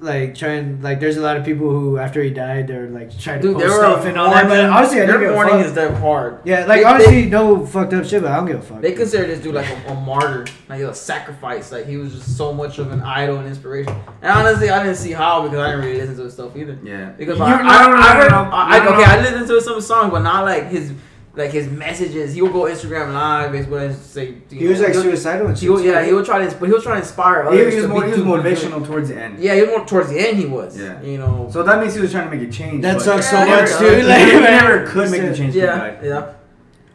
like trying. Like there's a lot of people who after he died, they're like trying to Dude, they post were stuff and all that. But honestly, I didn't their give a mourning fuck. is that hard. yeah, like they- honestly, no fucked up shit, but I don't give a fuck. They consider this dude like a, a martyr, like a sacrifice. Like he was just so much of an idol and inspiration. And honestly, I didn't see how because I didn't really listen to his stuff either. yeah. Because You- I, I, no, no, no, I, heard, no, no, I, I- no, no, okay, no. I listened to some songs, but not like his, like his messages. He would go Instagram live, Facebook, and say He was like he'll- suicidal and he shit. would, yeah, he would try to, but he was trying to inspire He others. was, to more, be he was too- motivational towards the end. Yeah, he was more towards the end. He was. Yeah. You know. So that means he was trying to make a change. That but- sucks so much, never- uh, dude. He Like, never could make the change. till he yeah. died. Yeah.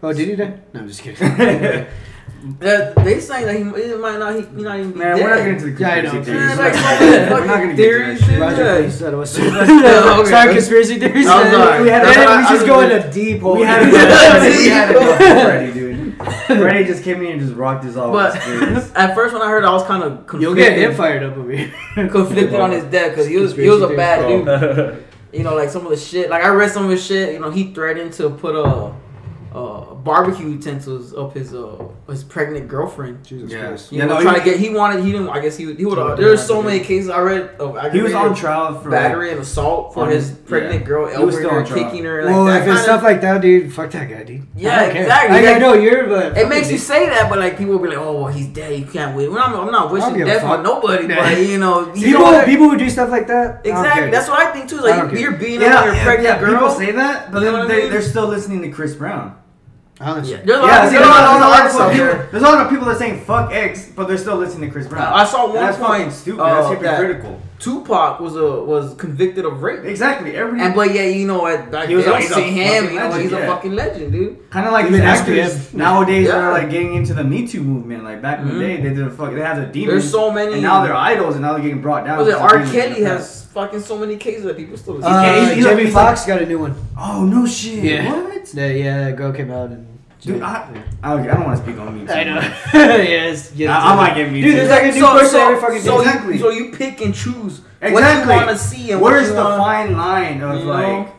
Oh, did he die? No, I'm just kidding. Man, Yeah, they saying that he, he might not. He, he not even be we're dead. not getting into the conspiracy Yeah, I know. theories. Man, like, We're not gonna get theories, into that dude. shit. Roger, Yeah. please let us. No, okay. Sorry, conspiracy theories. No, I'm sorry. We had, That's man, what we I- just I go was in a deep hole. We had Yeah. enough. We had enough of Freddy, dude. Freddy just came in and just rocked us all. But with conspiracies. at first, when I heard, it, I was kind of You'll get him conflicted, fired up over here. conflicted on his death because he was he was a Conspiracy bad theories, dude. yeah. You know, like some of the shit. Like I read some of his shit. You know, he threatened to put a. Uh, barbecue utensils up his uh his pregnant girlfriend. Jesus Yeah. Christ. You Yeah, know, no, trying he- to get he wanted he didn't I guess he would he would Oh, uh, there's yeah, so yeah. many cases I read of he was aggravated on trial for battery and assault for on- his pregnant yeah. girl He was elbowing still her on trial. kicking her like Well, that if it's kind of- stuff like that, dude, fuck that guy, dude. Yeah, I don't care. exactly. Like, I Like, know you're, but It makes you say that, but like people will be like, "Oh, well, he's dead. You can't win." Well, I'm, I'm not wishing give a death fuck. on nobody, Yeah. but you know, you people, know what? people who do stuff like that. I don't exactly. care. That's what I think too. is, I Like don't you- care. you're beating Yeah, on your yeah, pregnant yeah, girl. People say that, but You know then what I they, mean? Oh, they're still listening to Chris Brown. honestly. Yeah, there's a lot, Yeah, of- see, there's there's, a lot, a there's a lot of lot of stuff people, there. there's a lot of people that saying "fuck X," but they're still listening to Chris Brown. I saw one that's fucking point. stupid. uh, that's that hypocritical. Tupac was a was convicted of rape, Exactly. Everybody and but yeah, you know what? Like, He was they a- don't he's a see him. fucking You know, legend, he's a yeah. fucking legend, dude. kind of like Even these actors actors. nowadays that are Yeah. like getting into the Me Too movement. Like back in Mhm. the day, they did a fuck. They had a demon. There's so many. and now they're idols, and now they're getting brought down. was it because R. of being Kelly in the has fucking so many cases that people still. he's- Uh, he's- Jamie he's Foxx got a new one. past. Oh no shit! Yeah. What? That, yeah, that girl came out and. Dude, I, I, I don't want to speak on Me Too. I know. yes. yes I, I might get Me Dude, Too. there's like a new person every fucking so day. Exactly. You, so you pick and choose Exactly. what you want to see and what Where's you the wanna- fine line of You like know?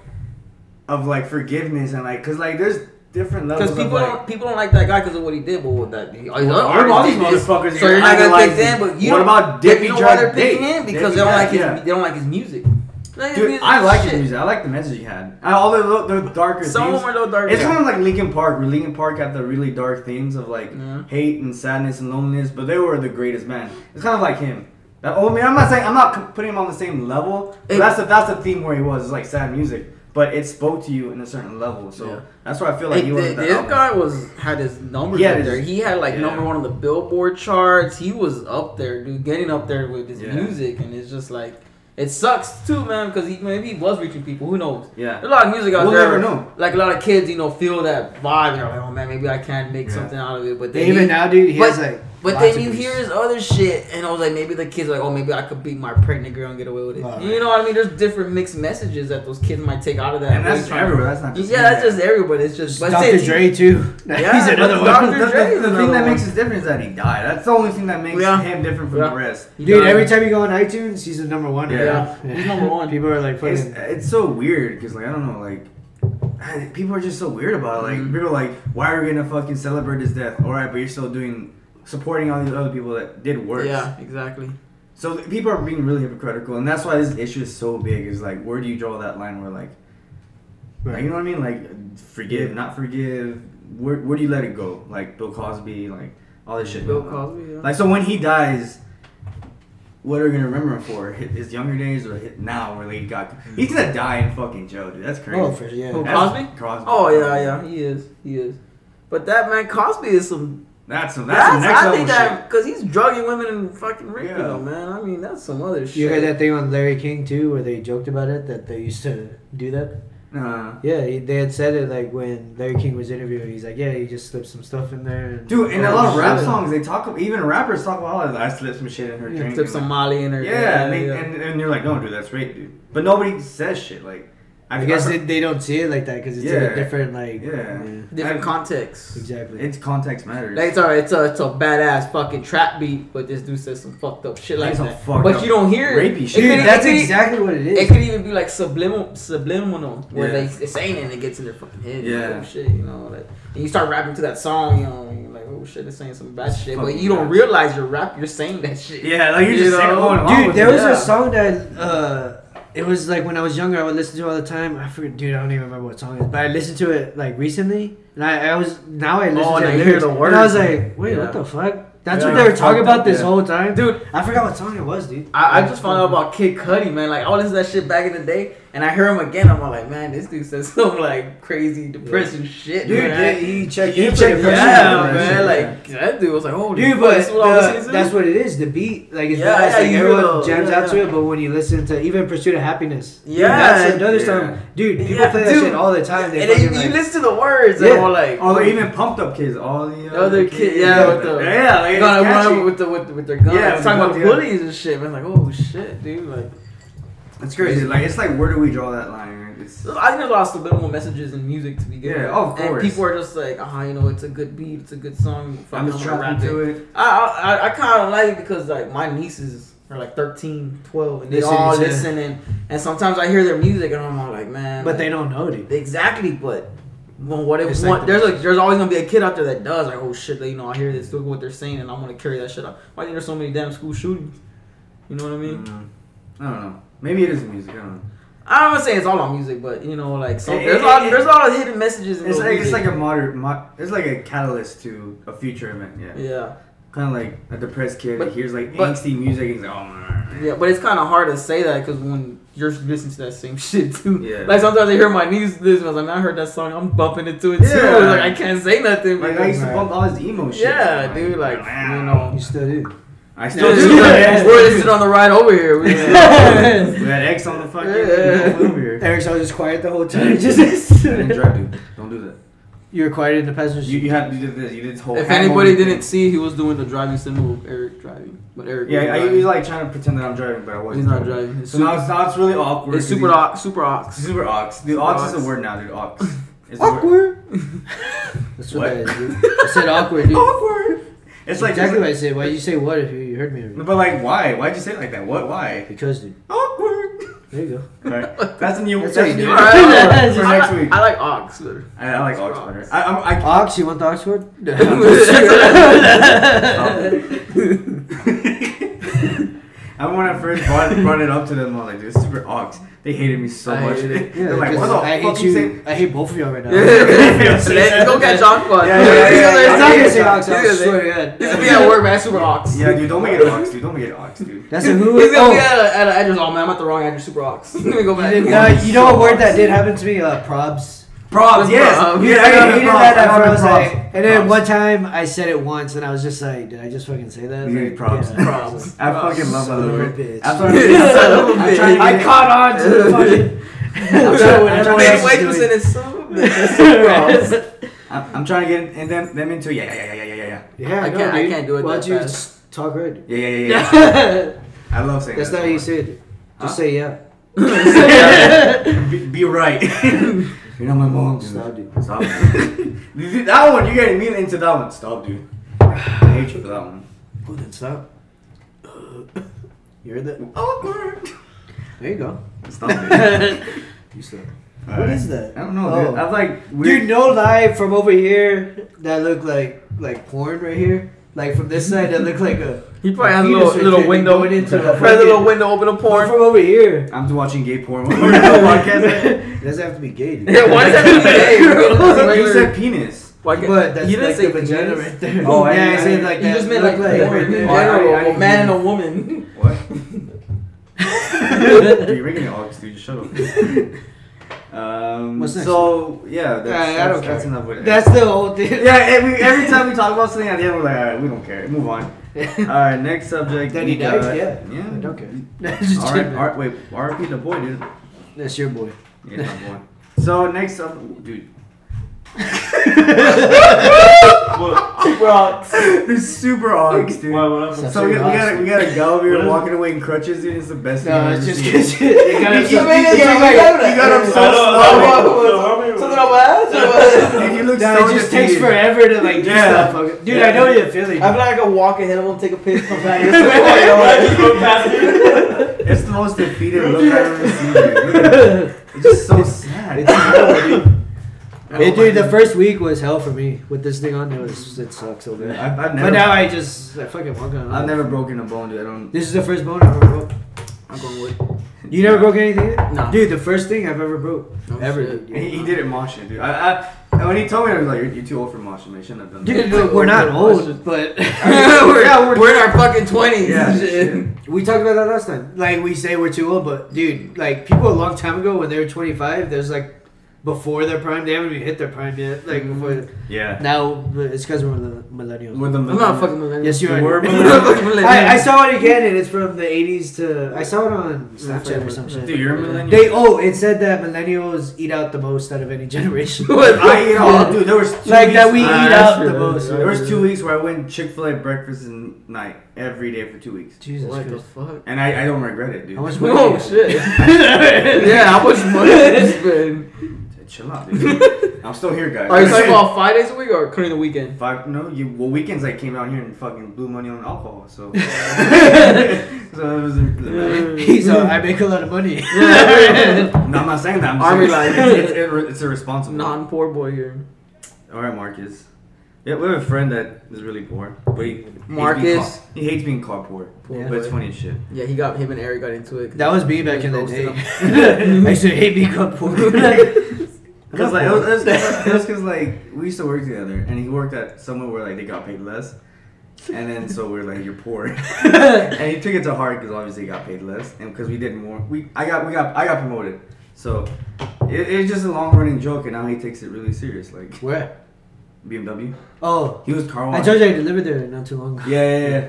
of like forgiveness and like because like there's different levels. Because of, people like, don't people don't like that guy because of what he did, but what that be? All these Well, other what about artists these did this, motherfuckers that So you're you're not gonna pick them, idolizing? but you What don't- about they- Dippy You know why they're Drug picking Dick? him because Dippy they don't Drug, like his yeah. they don't like his music. They like his Dude, music, I like shit. his music. I like the message he had. I, all the, the darker Some of themes. them are a little dark. It's kind of like Linkin Park. Where Linkin Park had the really dark themes of like Yeah. hate and sadness and loneliness, but they were the greatest band. It's kind of like him. That, oh man, I'm not saying I'm not c- putting him on the same level. But It- that's the that's the theme where he was. It's like sad music, but it spoke to you in a certain level. So Yeah. that's why I feel like Hey, he was. th- this guy was had his numbers He had up his- there. He had like yeah. number one on the Billboard charts. He was up there, dude, getting up there with his Yeah. music, and it's just like it sucks too, man. Because he maybe he was reaching people. Who knows? There's Yeah. a lot of music out We'll there. never know. Like a lot of kids, you know, feel that vibe. And they're like, oh man, maybe I can make Yeah. something out of it. But They they even need- now, dude, he but- has like. But lots then you of views. hear his other shit, and I was like, maybe the kids are like, oh, maybe I could beat my pregnant girl and get away with it. Oh, Wow. you know what I mean? There's different mixed messages that those kids might take out of that. And that's Like, everywhere. That's not. Just Yeah, him, that's man. just everybody. It's just but Dr. since- Dre too. Yeah, He's another but one. Dr. The, the- Dre's the another thing that one. makes us different is that he died. That's the only thing that makes Yeah. him different from Yeah. the rest. He Dude, done. every time you go on iTunes, he's the number one. Yeah. right now. Yeah, he's number one. People are like It's, fucking. it's so weird because like I don't know like I- people are just so weird about it. Like Mhm. people are like why are we gonna fucking celebrate his death? All right, but you're still doing supporting all these other people that did worse. Yeah, exactly. So th- people are being really hypocritical, and that's why this issue is so big. Is like where do you draw that line? Where like, like, you know what I mean? Like forgive, not forgive. Where where do you let it go? Like Bill Cosby, like all this shit. Bill Cosby. Yeah. Like so when he dies, what are we gonna remember him for? Hi- His younger days or hi- now where he got? He's gonna die in fucking jail, dude. That's crazy. Oh, for yeah. Who, That's- Cosby? Cosby. oh yeah, yeah, he is, he is. But that man Cosby is some. That's some. That's, That's, some next I level think shit. that because he's drugging women and fucking raping Yeah. them, man. I mean, that's some other shit. You heard that thing on Larry King too, where they joked about it that they used to do that. Nah. Yeah, he- they had said it like when Larry King was interviewing. He's like, yeah, he just slipped some stuff in there. And Dude, in a Oh, lot of rap shit. songs, they talk. Even rappers talk about, like, "I slipped some shit in her Yeah, drink." Slip and, some Molly in her. like, yeah, and, they, and and you're like, "No, dude, that's rape, dude." But nobody says shit like, I guess they, they don't see it like that because it's in Yeah. a different like Yeah. Different I- context. exactly. It's context matters. Like it's all right, it's a it's a badass fucking trap beat, but this dude says some fucked up shit like Like some that. fucked But up you don't hear it. rapey It shit. could- Dude, it that's could- exactly what it It is. could even be like subliminal, subliminal, where Yeah. they they saying it and it gets in their fucking head. Yeah, Yeah. oh, shit, you know, like and you start rapping to that song, you know, and you're like oh shit, they're saying some bad shit, but fucking you don't bad. realize you're rap, you're saying that shit. yeah, like you're You just saying, know? going along Dude, with there it. was Yeah. a song that uh, it was like when I was younger, I would listen to it all the time. I forget, dude, I don't even remember what song it is, but I listened to it like recently, and I, I was now I listen Oh, to and the I hear lyrics, the and I was words. like, wait, Yeah. what the fuck? That's Yeah. what they were talking Fucked up, about this yeah. whole time, Dude. I forgot what song it was, dude. I, I just found out about Kid Cudi, man. Like I would listen to that shit back in the day, and I hear him again. I'm all like, man, this dude says some like crazy depressing shit, Dude, man. they- he checked He in for checked depression yeah, and all that man. shit. Like that dude was like, holy Dude, fuck, but this is what I was the- listening to? that's what it is. The beat, like it's Yeah, yeah, yeah, like you everyone will. jams Yeah, out to yeah. it, but when you listen to even "Pursuit of Happiness," dude, Yeah, that's another yeah. song. Dude, people Yeah, play that dude. shit all the time. They and then you, fucking, you like- listen to the words, Yeah. and we're like, Oh, even pumped up kids. All the The other kid, yeah, with the yeah, like, They it's got one catchy. with the with, the- with their guns. Yeah, Yeah, talking about with the- bullies and shit. Man, like, oh shit, dude. Like, It's crazy. Like it's like where do we draw that line? Right? It's, I think there's a lot of subliminal messages in music to begin. Yeah, with. oh, of And course. people are just like, ah, you know, it's a good beat, it's a good song. Fuck, I'm just gonna trying rap to do it. it. I I, I- I kind of like it because like my nieces are like 13, 12, and they Listening all to- listen and, and sometimes I hear their music and I'm all like, man. but they like, don't know, dude. Exactly, but well, what if It's one, like the- there's like there's always gonna be a kid out there that does like oh shit, like, you know I hear this, look what they're saying, and I'm gonna carry that shit up. Why think there's so many damn school shootings? You know what I mean? Mm, I don't know. Maybe it is music. I don't know. I'm not saying it's all on music, but you know like so, It- there's it- a lot it- there's a lot of hidden messages. In It's those like it's music. like a modern. Mo- it's like a catalyst to a future event. Yeah. yeah Kind of like a depressed kid. But- that hears like but- angsty music. He's like, oh. man. yeah, but it's kind of hard to say that because when you're listening to that same shit too, Yeah. like sometimes I hear my niece this I was like man, I heard that song, I'm bumping it to it too. Yeah. Like I can't say nothing. Like I because- used to bump all his emo shit. yeah, dude, like you know. You still do. I still Dude, do. we're that. listening on the ride over here. We- We had X on the fucking Yeah. over here. Eric's always just quiet the whole time. Just I didn't drive, dude. Don't do that. you were quiet in the passenger You, seat. you had you did this. You did this whole. if hand anybody movement didn't thing. see, he was doing the driving symbol of Eric driving, but Eric Yeah, I, wasn't he was driving. like trying to pretend that I'm driving, but I wasn't. he's not driving. It's So super, now it's, now it's really awkward. it's 'cause super he- ox, super ox. Super ox. Dude, Super ox, is ox. a word now, dude. Ox. It's a word. Awkward. That's what, What? I that is. Dude. I said awkward, dude. Awkward. It's like exactly what I said. Why you say what if you, you heard me? already? But like, why? Why'd you say it like that? What? Why? Because dude, Awkward. there you go. Alright, that's a new. That's That's, what a you new do. word Alright, for I, next like- week. I like ox. better. I, I like ox better. I, I'm, I, Ox, you want the ox word? I when I first brought, brought it up to them, I was like, dude, super ox. They hated me so I much. hate it. They're like, because what the I fuck hate you you. saying? I hate both of y'all right now. Let's go catch ox. bud. Yeah, yeah, yeah, yeah, yeah. I'm not gonna say ox. He's I gonna swear say- to God. he's gonna be at work, man. Super ox. Yeah, dude, don't make it ox, dude. Don't make it ox, dude. That's He's a gonna who? be Oh, at, a- at an address. Oh man, I'm at the wrong address. Super ox. Let me go back. you did- uh, you know a word that did happen to me? Uh, probs. Probs, yes. Probs. Yeah, I got hated the probs. that at got the first, like- probs. and then Probs. one time I said it once, and I was just like, "Did I just fucking say that?" You Like, need props. yeah. Props. I fucking love Son that of a word. bitch. That's what I'm saying. Son of a I'm trying to bitch. get- I caught on to the fucking- I'm trying what everyone Wait, else is wait, doing. I'm, I'm trying to get in them, them into yeah, yeah, yeah, yeah, yeah, yeah, Yeah, I know, can't- I dude. can't do it Why that don't you fast. just talk right? yeah, yeah, yeah, yeah. yeah. That's I love saying not that. how you say it. Huh? Just say yeah. Be, be right. You're not my mom. Dude. Stop, dude. Stop. Dude, that one, you getting me into that one. Stop, dude. I hate you for that one. Oh, then stop. You heard that? Awkward. There you go. Stop it. You stop. All What right. is that? I don't know, Oh. dude. I'm like Dude, weird. no lie, from over here that look like like porn right here. Like from this side that look like a. He probably has a penis little, right little there window. going into the Probably a little fucking- window open to Porn porn. from over here. I'm just watching gay porn. while we're doing the podcast. doesn't have to be gay. dude. Yeah, why does that have to be you gay? said penis. Why can't- But that's you didn't like say the vagina penis. right there. Oh, I yeah, I, didn't- I said didn't- like You that. just meant like, Look porn in Oh, I- general, I a didn't man and mean- a woman. What? Dude, you're making it obvious, dude. Shut up. Um, What's next? So yeah, that's, Alright, I that's, don't that's care. enough with it. That's the whole thing. yeah. Every, every time we talk about something at the end, we're like, all right, we don't care. Move on. All right, next subject. Then we he died, got- yeah. Yeah. I don't care. All right, R- wait, RP the boy, dude. That's your boy. Yeah, not boy. So next up, dude. what? super ox. They're super onks, dude. Why, what happened? So we, we gotta we gotta go over What here is walking away in crutches, dude. It's the best thing. No, I've it's ever just seen. because it got You- you- you- upset. you got up I know, I so know. slow. Something about that? Dude, you look No, so it just takes defeated. forever to like do Yeah. stuff. Dude, I know you're feeling. I feel like I could walk ahead of him, take a piss, come back. It's the most defeated look I've ever seen. dude. It's just so sad. It's horrible, dude. Hey, dude, the first week was hell for me with this thing on. It was it sucked so bad. I've, I've but never, now I just I fucking walk on. I've never broken a bone, dude. I don't. This is the first bone I've ever broke. I'm going with. You never broke anything? Nah. Dude, the first thing I've ever broke. No ever. shit. He, he did it moshing, dude. I, I, and when he told me, I was like, "You're, you're too old for moshing. man. You shouldn't have done that." Dude, look, we're not old, but we're, we're in our fucking 20s. Yeah, and shit. shit. we talked about that last time. Like we say we're too old, but dude, like people a long time ago when they were 25, there's like before their prime, they haven't even hit their prime yet. Like before, yeah. now it's because we're the millennials. With the I'm not a fucking millennial. Yes, you are. We're I'm not a fucking millennial. I, I saw it again, and it's from the 80s to I saw it on Snapchat or some shit. Dude, you're a millennial. They oh, it said that millennials eat out the most out of any generation. What? I eat all, dude. There was two Like weeks, that we eat uh, out true. the most. There was two weeks where I went Chick Fil A breakfast and night every day for two weeks, Jesus What the Christ. fuck? and I, I don't regret it, dude. How much money? Oh shit. yeah, how much money did you spend? Chill out, dude. I'm still here, guys. Are you talking about five days a week or including the weekend? Five, no, you well weekends I came out here and fucking blew money on alcohol, so so it was. No, He's uh, I make a lot of money. I'm not saying that. I'm Army saying life. It's, it's, it's irresponsible. Non poor boy here. All right, Marcus. Yeah, we have a friend that is really poor, but he, Marcus. Hates being called, he hates being called poor, Poor but it's boy. funny as shit. Yeah, he got him and Eric got into it. That was me back in the Roasted day. him. I used to hate being called poor. Like, Cause like it was, it was- it was 'cause, like we used to work together, and he worked at somewhere where like they got paid less, and then so we're like you're poor, and he took it to heart because obviously he got paid less, and because we did more, we I got we got I got promoted, so it, it's just a long running joke, and now he takes it really serious, like Where? BMW. Oh, He was car I wash. told you I delivered there not too long ago. Yeah, yeah, yeah.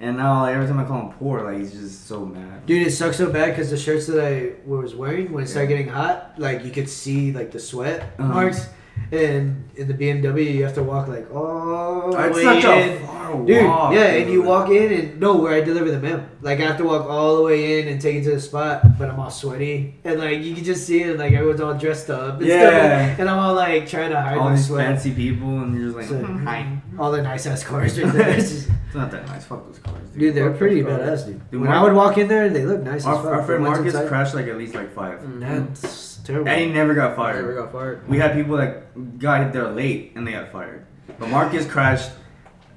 And now like, every time I call him poor, like he's just so mad. Dude, it sucked so bad because the shirts that I was wearing when it started Yeah. getting hot, like you could see like the sweat Uh-huh. marks, and in the BMW you have to walk like all the It's way such in. a far Dude, walk. yeah, and you dude. walk in and no, where I deliver the mail. Like I have to walk all the way in and take it to the spot, but I'm all sweaty and like you can just see it. Like everyone's all dressed up and Yeah. stuff, and I'm all like trying to hide All my these sweat. fancy people, and you're just like, So- hi. All the nice ass cars right there. It's just- It's not that nice. Fuck those cars, dude. dude, they're Fuck pretty those cars. badass, dude. Dude, when Mark- I would walk in there, they look nice as fuck. Our, our The friend ones Marcus inside- Mm. crashed like at least like five, That's terrible. and he never got Never fired. Mm-hmm. got fired. We had people that got there late and they got fired, but Marcus crashed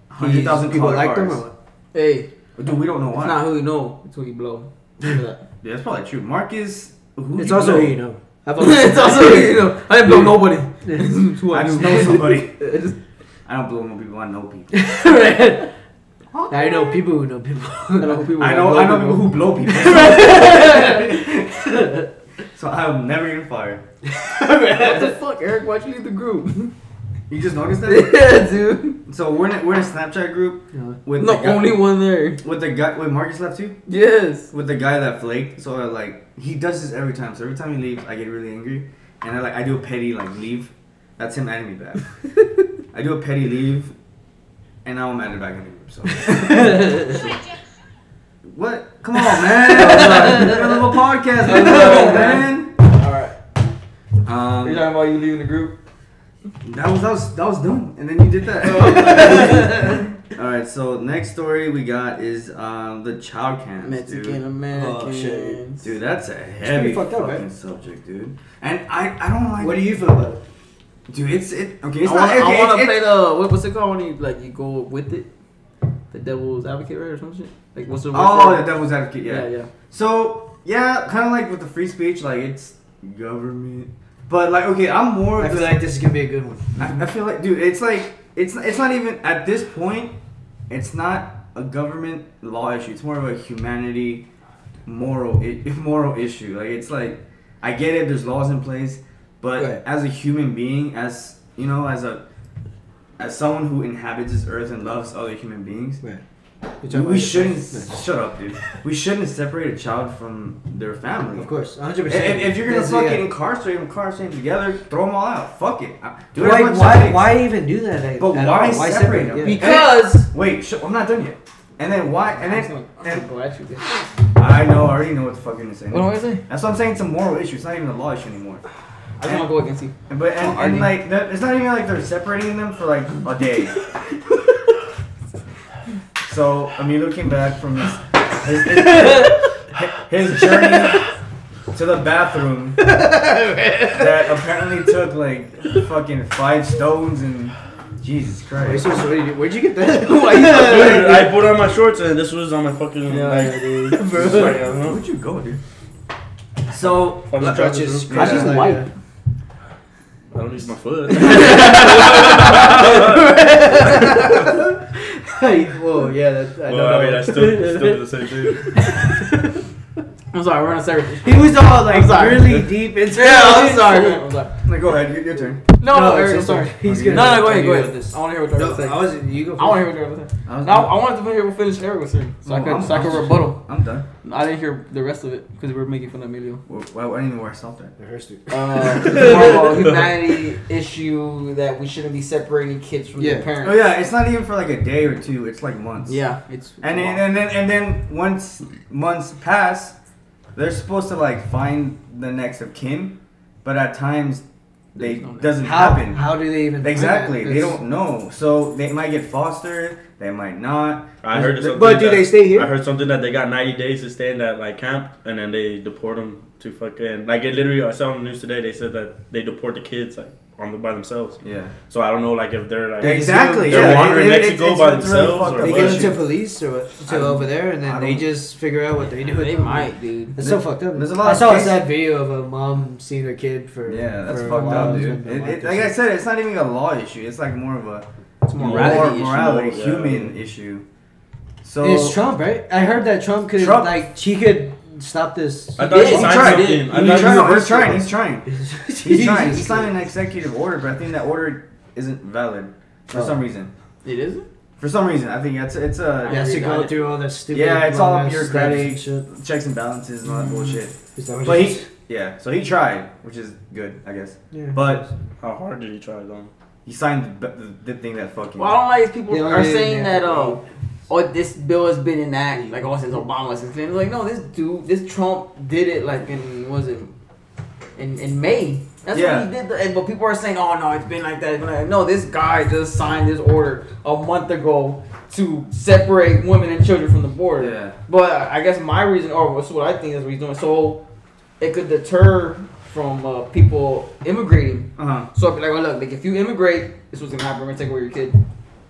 hundred thousand people dollar like them cars. or what? Hey, it's Dude, we don't know why. not who you know, it's who you blow. Remember that. yeah, that's probably true. Marcus, who do It's you also know? who you know. I've it's also who you know. I didn't blow nobody. This is who I just knew. know somebody. I just- I don't blow no people. I know people. Right. I know people who know people. I know who people I who know. blow I know people who blow people. so I'm never getting fired. What the fuck, Eric? Why'd you leave the group? You just noticed that. yeah, dude. so we're in a, we're in a Snapchat group Yeah. with I'm the the guy, only one there. with the guy. Wait, Marcus left too. Yes. with the guy that flaked. So I, like he does this every time. So every time he leaves, I get really angry, and I like I do a petty like leave. That's him adding me back. I do a petty leave, and now I'm added back in the group. So what? Come on, man! We're in a little podcast, bro, man. Alright. You're Um, talking about you leaving the group? that was that was that was done, and then you did that. All right. So next story we got is um the child cams, dude. Mexican Americans. Oh, shit. Dude, that's a heavy fucked up, fucking right? subject, dude. And I, I don't like. What do you feel about it? Dude, it's it. Okay, it's I wanna, not. okay, I wanna it's- play it's- the what, what's it called when you like you go with it? The devil's advocate right or some shit? Like what's the word Oh, the for it? devil's advocate. Yeah. yeah, yeah. So yeah, kind of like with the free speech, like it's government. But like, okay, I'm more. of I feel the- like this is gonna be a good one. I, I feel like, dude, it's like it's it's not even at this point. It's not a government law issue. It's more of a humanity moral i- moral issue. Like it's like I get it. There's laws in place, but Right. as a human being, as you know, as a as someone who inhabits this earth and loves other human beings, Right. You're talking We about- shouldn't shut up, dude. We shouldn't separate a child from their family. Of course, 100. If, percent if- if you're gonna That's- fucking yeah. incarcerate them, incarcerate them together, throw them all out. Fuck it. I- Do Why, whatever it why, takes. why even do that? at- But at why all? separate them? Yeah. Because Wait, sh- I'm not done yet. And then why? And I'm then gonna- I'm gonna and go at you. dude. I know, I already know what the fuck you're gonna say. What am I saying? That's what I'm saying. It's a moral issue. It's not even a law issue anymore. I just want to go against you. And- But and, and Arnie. like that, it's not even like they're separating them for like a day. so I mean, looking back from his his, his, his journey to the bathroom that apparently took like fucking five stones and Jesus Wait, Christ. so- so where'd you- where'd you get that? Why you Dude, I put on my shorts and this was on my fucking like. this way, I don't know. Where'd you go, dude? So On the That's just- drive-thru. that's just Yeah. like, White. uh, I don't use my foot. Whoa, yeah, that, I well, don't I mean, know. I still, still do the same thing. I'm sorry, we're on a separate. he was all like sorry. really deep into Yeah, I'm it. sorry. man, I'm sorry. No, go ahead, your, your turn. No, no, it's Eric, I'm okay. sorry. He's Okay. gonna. No, no, go ahead, continue go ahead. with this. I want to hear what Dark was saying. I I was. You go. want to hear what Dark was saying. I was Now I wanted to hear what finish Eric was saying, so I No, could I'm- so I could I'm- rebuttal. I'm done. I didn't hear the rest of it because we were making fun of Emilio. Well, why, why didn't you wear salt there? Rehearsed it. Uh, the moral humanity issue that we shouldn't be separating kids from Yeah. their parents. Oh yeah, it's not even for like a day or two. It's like months. Yeah, it's And then, and then and then once months pass, they're supposed to like find the next of kin, but at times they There's no next. doesn't How, happen. how do they even? exactly, they It's- don't know. So they might get fostered, they might not. I heard something. But do that- they stay here? I heard something that they got 90 days to stay in that like camp, and then they deport them to fucking like it. Literally, I saw on the news today. They said that they deport the kids like on the, by themselves. Yeah. So I don't know like if they're like. They- Exactly. They're yeah. wandering It- it- Mexico it's- by it's really themselves fucked or up They what? give issue. them to police or what- I to over there, and I then they don't- just figure out what they do. with they them. might, dude. That's There- so fucked up. there's a lot I of saw a cases- sad video of a mom seeing her kid for. Yeah, that's for a fucked while. up, It's dude. been It, a it, lot like I said, it's not even a law issue. It's like more of a It's moral- morality issue. morality Yeah. human issue. So it's Trump, right? I heard that Trump could Trump- like she could stop this. I thought He she did. signed He tried. something. I He's thought she trying, he's signed trying. something. He's trying. He's Jesus. trying. He signed an executive order, but I think that order isn't valid for Oh. some reason. It isn't. For some reason, I think it's it's uh, He a has to I read go it. through all that stupid. Yeah, it's all long-ass bureaucratic. steps and checks and balances and all that bullshit. shit. Is that what But it he Mm. is? yeah, so he tried, which is good, I guess. Yeah. But How hard did he try though? he signed the, the, the thing that fucking. Well, I don't like these people Yeah, are yeah, saying yeah. that uh, oh this bill has been enacted like oh since Obama since then. It's like no this dude this Trump did it like in what was it in in May. That's Yeah. when he did. The, and, but people are saying oh no it's been like that. It's been like, no this guy just signed this order a month ago to separate women and children from the border. Yeah. But I guess my reason or what's what I think is what he's doing so it could deter from uh, people immigrating. Uh huh. So I'd be like, oh look, like if you immigrate, this was gonna happen. We're gonna take away your kid.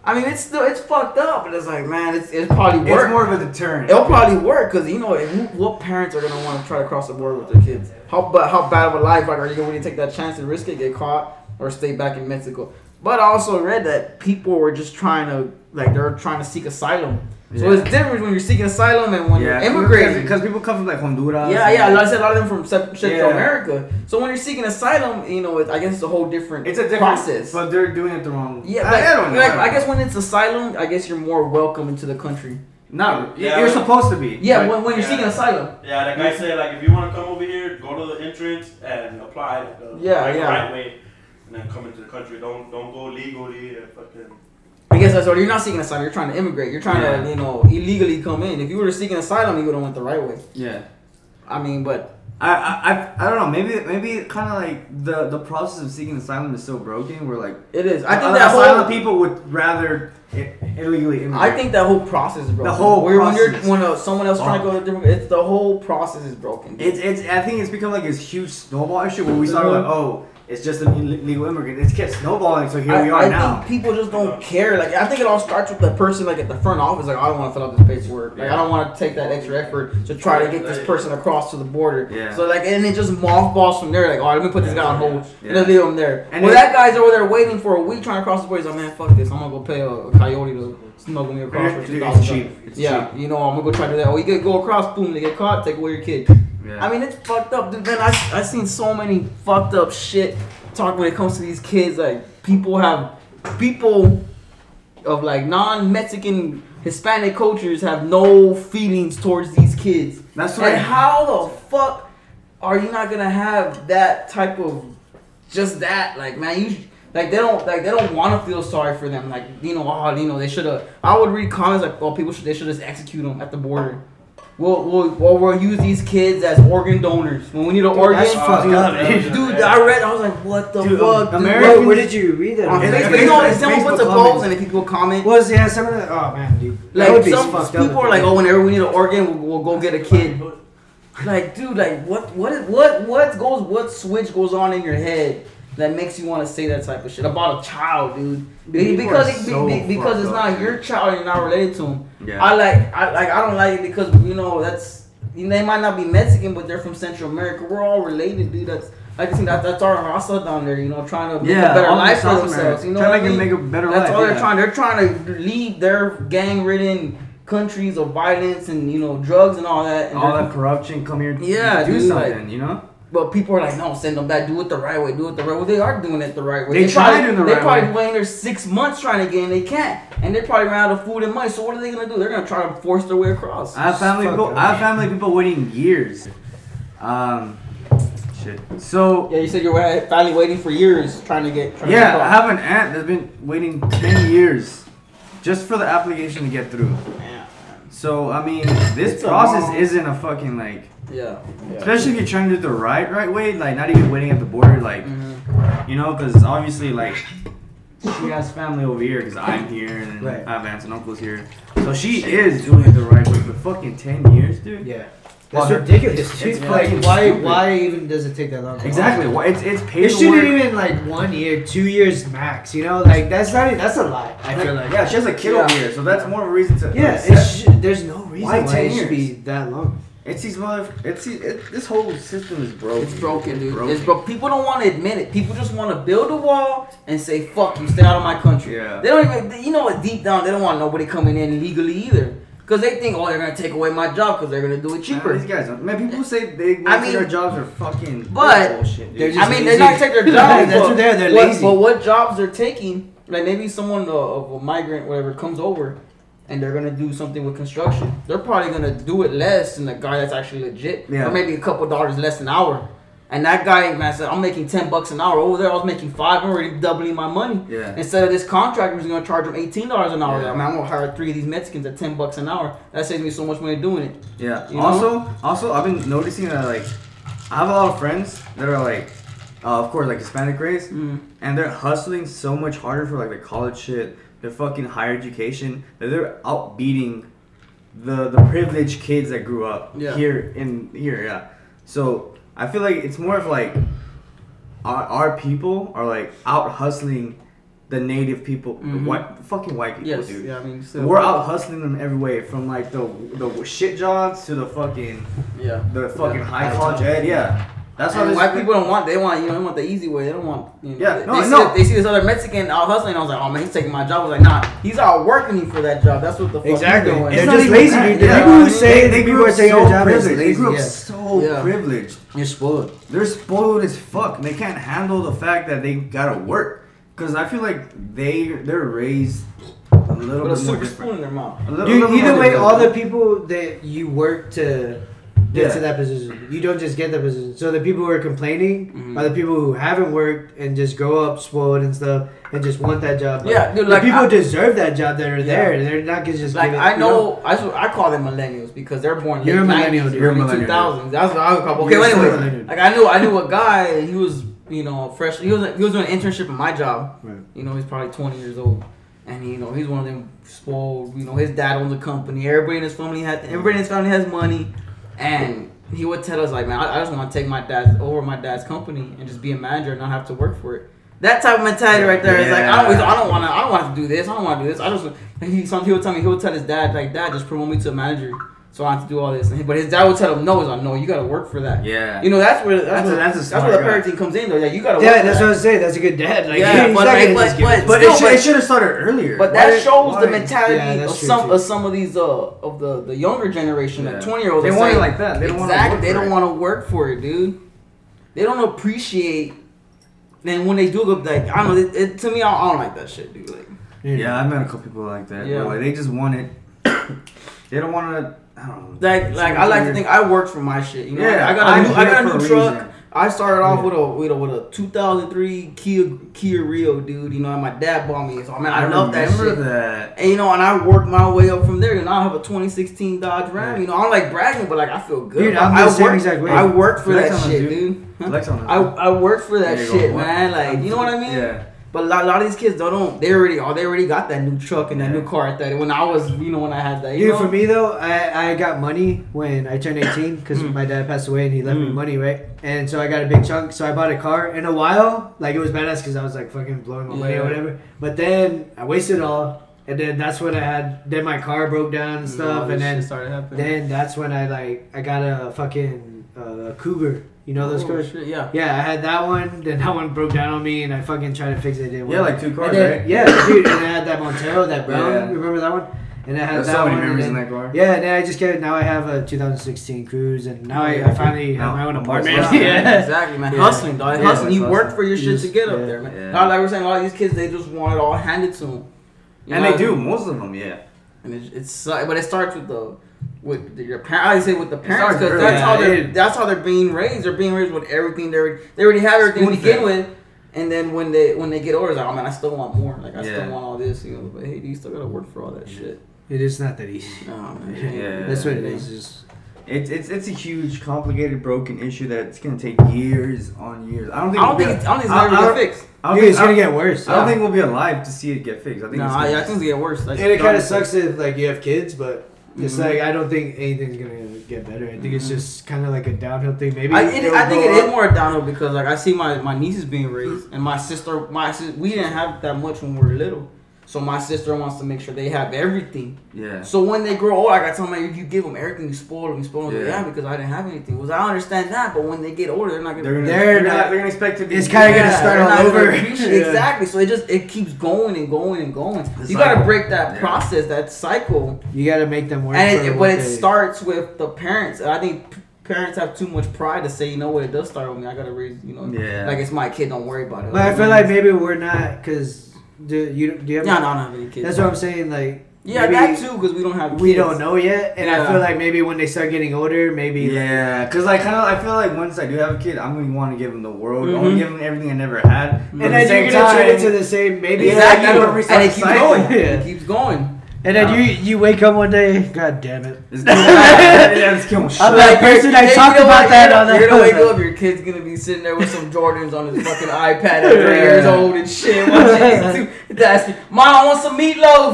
I mean, it's still it's fucked up, but it's like, man, it's it's probably It's work. more of a deterrent. It'll probably work because you know who, what parents are gonna want to try to cross the border with their kids. How but how bad of a life? Like, are you gonna really take that chance and risk it, get caught, or stay back in Mexico? But I also read that people were just trying to like they're trying to seek asylum. So Yeah. it's different when you're seeking asylum and when yeah, you're immigrating. because people come from like Honduras. yeah, yeah, a lot, I said a lot of them from Sep- Central Yeah. America. So when you're seeking asylum, you know, it, I guess it's a whole different It's a different process. but they're doing it the wrong. Yeah, I, like, I don't know. like, I, I guess when it's asylum, I guess you're more welcome into the country. not. Yeah, you're but- supposed to be. Yeah, but- when, when you're yeah. seeking asylum. Yeah, that guy said like if you want to come over here, go to the entrance and apply the Yeah, like, yeah. right way, and then come into the country. Don't don't go legally and fucking. I guess that's what you're not seeking asylum. You're trying to immigrate. You're trying Yeah. to you know illegally come in. If you were seeking asylum, you would have went the right way. Yeah. I mean, but I, I, I- I don't know. Maybe maybe kind of like the the process of seeking asylum is so broken. We're like it is. I think the that asylum whole people would rather i- illegally immigrate. I think that whole process is broken. whole Where when you're process. when uh, someone else trying to go to a different, it's the whole process is broken. it's it's. I think it's become like this huge snowball issue where we started like Mm-hmm. oh it's just an illegal immigrant. It's kept snowballing. So here I, we are I now. think people just don't care. Like I think it all starts with the person like at the front office. Like I don't want to fill out this paperwork. Like I don't want to take that extra effort to try to get this person across to the border. Yeah. So like and it just mothballs from there. Like all right, let me put this guy on hold. Yeah. Let me leave him there. And well, it- that guy's over there waiting for a week trying to cross the border. He's like, man, fuck this. I'm gonna go pay a, a coyote to snuggle me across for Dude, two it's thousand. cheap. It's Yeah, cheap. you know I'm gonna go try to do that. Oh, you could go across, boom, they get caught, take away your kid. Yeah. I mean, it's fucked up, dude. Man, I I seen so many fucked up shit. Talk when it comes to these kids, like people have people of like non Mexican Hispanic cultures have no feelings towards these kids. That's And right. how the fuck are you not gonna have that type of just that? Like, man, you like they don't like they don't want to feel sorry for them. Like, you know, oh, you know, they should have. I would read comments like, oh, people should they should just execute them at the border. We'll, we'll, we'll, we'll use these kids as organ donors when we need an organ. that's Oh, fucked dude, up, that's- dude. Dude, I read, I was like, what the Dude, fuck? dude? America- Where, where did you read that? on It's at? Facebook, you know, Facebook- if someone puts a Facebook post comments. and if people comment, Was yeah, some of the. Oh man, dude. That like would be some fucked up people if are they like, did. oh, whenever we need an organ, we'll, we'll go get a kid. Like, dude, like what, what, is- what, what goes, what switch goes on in your head that makes you want to say that type of shit about a child, dude? Be- People Because are it, be- so be- because it's fucked up, not your child and you're not related to him. Yeah. I like, I like, I don't like it because you know that's you know, they might not be Mexican, but they're from Central America. We're all related, dude. That's I just think that that's our hustle down there, you know, trying to make yeah, a better all the life for South themselves. America. You know, trying what I to make, mean? make a better That's life. all they're yeah. trying. They're trying to lead their gang-ridden countries of violence and you know drugs and all that. And All they're- that corruption, come here, Yeah, do dude, something, you know. But people are like, no, send them back. Do it the right way. Do it the right way. They are doing it the right way. They try probably, to do it the They right probably way. waiting there six months trying to get in. They can't, and they probably ran out of food and money. So what are they gonna do? They're gonna try to force their way across. I have family Fuck people. that. I have family people waiting years. Um, shit. So yeah, you said you were at- finally waiting for years trying to get. Trying yeah, to I get have an aunt that's been waiting ten years just for the application to get through. caught. Man. So I mean, this It's a process long- isn't a fucking like. Yeah. Especially if you're trying to do the right, right way, like not even waiting at the border, like Mhm. you know, because obviously like she has family over here, because I'm here and Right. I have aunts and uncles here, so she is doing it the right way. But fucking ten years, dude. Yeah. Well, That's they're- ridiculous. it's dude. like, fucking why? stupid. Why even does it take that long? Exactly. Why it's it's It shouldn't paperwork. even like one year, two years max. You know, like that's not. e-, That's a lot. I feel like. yeah, she has a kid Yeah. over here, so that's more of a reason to. Yeah. upset. It should, there's no reason Why why, 10 it should be years? that long. It's these mother. It's these- it, this whole system is broken. It's broken, dude. It's broke. People don't want to admit it. People just want to build a wall and say, "Fuck you, stay out of my country." Yeah. They don't even, they- you know what? Deep down, they don't want nobody coming in legally either, because they think, "Oh, they're gonna take away my job because they're gonna do it Cheaper. cheaper." these guys, man. People say they. I I mean- mean, their jobs are fucking. But- bullshit, dude. they're just I mean, lazy. they're not gonna take their job. That's but what they're- they're what- lazy. But what jobs they're taking? Like maybe someone uh, of a migrant, whatever, comes over, and they're gonna do something with construction. They're probably gonna do it less than the guy that's actually legit, Yeah. or maybe a couple dollars less an hour. And that guy, man, said, "I'm making ten bucks an hour over there. I was making five. I'm already doubling my money." yeah. Instead of this contractor who's gonna charge him eighteen dollars an hour, Yeah. I mean, I'm gonna hire three of these Mexicans at ten bucks an hour. That saves me so much money doing it. Yeah. You know? also, also, I've been noticing that like, I have a lot of friends that are like, uh, of course, like Hispanic race, Mm. and they're hustling so much harder for like the college shit, their fucking higher education, that they're outbeating the the privileged kids that grew up Yeah. here in here. Yeah. So I feel like it's more of like, our, our people are like out hustling the native people, the Mhm. white fucking white people, Yes, dude. yeah, I mean, so, We're out hustling them every way, from like the the shit jobs to the fucking yeah. the fucking high High college job. ed. Yeah, that's why And this- white people don't want. They want you know. They want the easy way. They don't want. You know, Yeah, They, no, they see no. this- they see this other Mexican out hustling. I was like, oh man, he's taking my job. I was like, nah, he's out working you for that job. That's what the fuck Exactly. He's doing. They're It's not just even lazy, that, dude. The yeah. people who They- say they, the people grew are up taking so their job is privileged. They lazy, grew up yeah. so Yeah. privileged. You're spoiled. They're spoiled as fuck. and They can't handle the fact that they gotta work. Cause I feel like they they're raised a little With a bit more silver spoon different. in their mouth. A little- Dude, little either more way, different. all the people that you work to Yeah. get to that position, you don't just get that position. So the people who are complaining Mhm. are the people who haven't worked and just grow up spoiled and stuff and just want that job. But Yeah, dude, the like, people I- deserve that job that are Yeah. there. They're not gonna just Like give it, I you know, I, sw- I call them millennials because they're born. You're late a millennial, 90s, dude. You're a early millennial, dude. 2000s. That's what I would call. Okay, You're well, a anyway, millennial. like I knew, I knew a guy. He was, you know, fresh. He was, he was doing an internship at my job. Right. You know, he's probably 20 years old, and you know, he's one of them spoiled. You know, his dad owns a company. Everybody in his family had, everybody in his family has money, and he would tell us like, man, I, I just want to take my dad's over my dad's company and just be a manager and not have to work for it. That type of mentality right there is like I don't, I don't want to, I don't want to do this. I don't want to do this. I just and he, some he would tell me, he would tell his dad, like, dad, just promote me to a manager, so I don't have to do all this. And he- but his dad would tell him, no, he's like, no, you gotta work for that. yeah. You know, that's where that's, That's a- where, that's a that's, smart where guy. the parenting comes in, though. Yeah, you gotta. know? Work Yeah, for that's that. what I'm saying. That's a good dad. Like, Yeah, he's but- not gonna but- just give but- it. but still, it, should, but- it should have started earlier. But that Why- shows the why- mentality yeah, that's of true, some too. of some of these uh of the the younger generation, Yeah. the twenty year olds. They want it like that. They don't wanna exactly. work They for don't it. want to work for it, dude. They don't appreciate. And when they do go, like I don't know. It, it, to me, I, I don't like that shit, dude. Like, Yeah. yeah, I've met a couple people like that. Hmm. Yeah. Yeah, like, they just want it. They don't want to. I don't know. Like, It's like weird. I like to think I worked for my shit. You know, Yeah, I got I'm a new, I here got for a a new truck. reason. I started off Yeah. with a with a with a 2003 Kia Kia Rio, dude. You know, and my dad bought me. So man, I, love that remember shit. that. And you know, and I worked my way up from there. And now I have a 2016 Dodge Ram. Yeah. You know, I'm like bragging, but like I feel good. Dude, Like, I'm the I same worked- exact way. I worked for Flex that on us, shit, dude. dude. Huh? Flex on us. I, I worked for that There you go. shit, What? man. Like, you know what I mean? Yeah. But a lot, a lot of these kids, they don't. They already, oh, they already got that new truck and that new car at that. When I was, you know, when I had that, you Dude, know, for me though, I, I got money when I turned 18 because Mm. my dad passed away and he left me Mm. money, right? And so I got a big chunk. So I bought a car. In a while, like it was badass because I was like fucking blowing my money Yeah. or whatever. But then I wasted it all, and then that's when I had. Then my car broke down Mm, and stuff, and then started happening. then that's when I like I got a fucking uh, Cougar. You know Oh, those cars? shit, yeah. Yeah, I had that one. Then that one broke down on me, and I fucking tried to fix it. it didn't Yeah, work. like two cars, And then- right? Yeah, dude, and I had that Montero, that brown. Yeah. Remember that one? And I had There's that so many one. and memories in then- that car. yeah, and then I just get now I have a 2016 cruise, and now I, I finally have my own Now- apartment. Yeah. yeah. exactly, man. Yeah. Hustling, dog. Yeah, hustling. You it's work hustling. for your You shit just- to get up yeah. there, man. Yeah. Now, like we're saying, a lot of these kids, they just want it all handed to them. And they do most of them. Yeah. And it's, it's uh, but it starts with the with the- your parents. I say with the parents starts because early. that's how Yeah, they're it- that's how they're being raised. They're being raised with everything they already, they already have everything to Spoon begin fed. with. And then when they when they get older, it's like, oh man, I still want more. Like I Yeah. still want all this, you know. But hey, you still gotta work for all that shit. It is not that easy. Oh, man. Yeah. That's what it is. Just It's it's it's a huge, complicated, broken issue that's gonna take years on years. I don't I think. don't we'll think be- it's, I don't think it's I- never I gonna don't- get fixed. I don't dude, think- it's I gonna don't- get worse. I don't think we'll be alive to see it get fixed. I think. No, it's I, gonna- I think it's getting worse. Like, and it kind of dog, sucks if like you have kids, but it's Mm-hmm. Mhm. like I don't think anything's gonna get better. I think it's Mhm. just kind of like a downhill thing. Maybe I, it, they'll I think grow it is up- more downhill because like I see my, my nieces being raised and my sister my sis- we didn't have that much when we were little, so my sister wants to make sure they have everything. Yeah. So when they grow old, like I tell my you give them everything, you spoil them, you spoil them. Yeah. Yeah. because I didn't have anything. Was I understand that, but when they get older, they're not gonna. They're gonna. They're They're, not- not. They're gonna expect to be. it's kinda Yeah. gonna start they're all not over. gonna appreciate- Yeah. Exactly. So it just it keeps going and going and going. The you gotta cycle. break that Yeah. process, that cycle. You gotta make them work. And for it, what but it they- starts with the parents. And I think p- parents have too much pride to say, you know what, it does start with me. I gotta raise, you know, Yeah. like it's my kid. Don't worry about it. But I feel like maybe we're not because do you do you no, have? no, I don't have any kids. That's what I'm saying. Like yeah, maybe that too, because we don't have. Kids. We don't know yet, and I Yeah. feel like maybe when they start getting older, maybe Yeah, cause I kind of I feel like once I do have a kid, I'm gonna want to give him the world. I want Mhm. to give him everything I never had. And But at Mm-hmm. and the then same you're gonna turn time- into the same. Maybe Exactly. like, you Like, know, restart and it the keeps cycle. going. Yeah. It keeps going. and then you you wake up one day, God damn it! It's killing- yeah, it's killing shit. I'm like, person, I you talked know about what? that You're- on the- You're gonna wake up. Your kid's gonna be sitting there with some Jordans on his fucking iPad at three Yeah. years old and shit. Watching YouTube. That's mom. I want some meatloaf.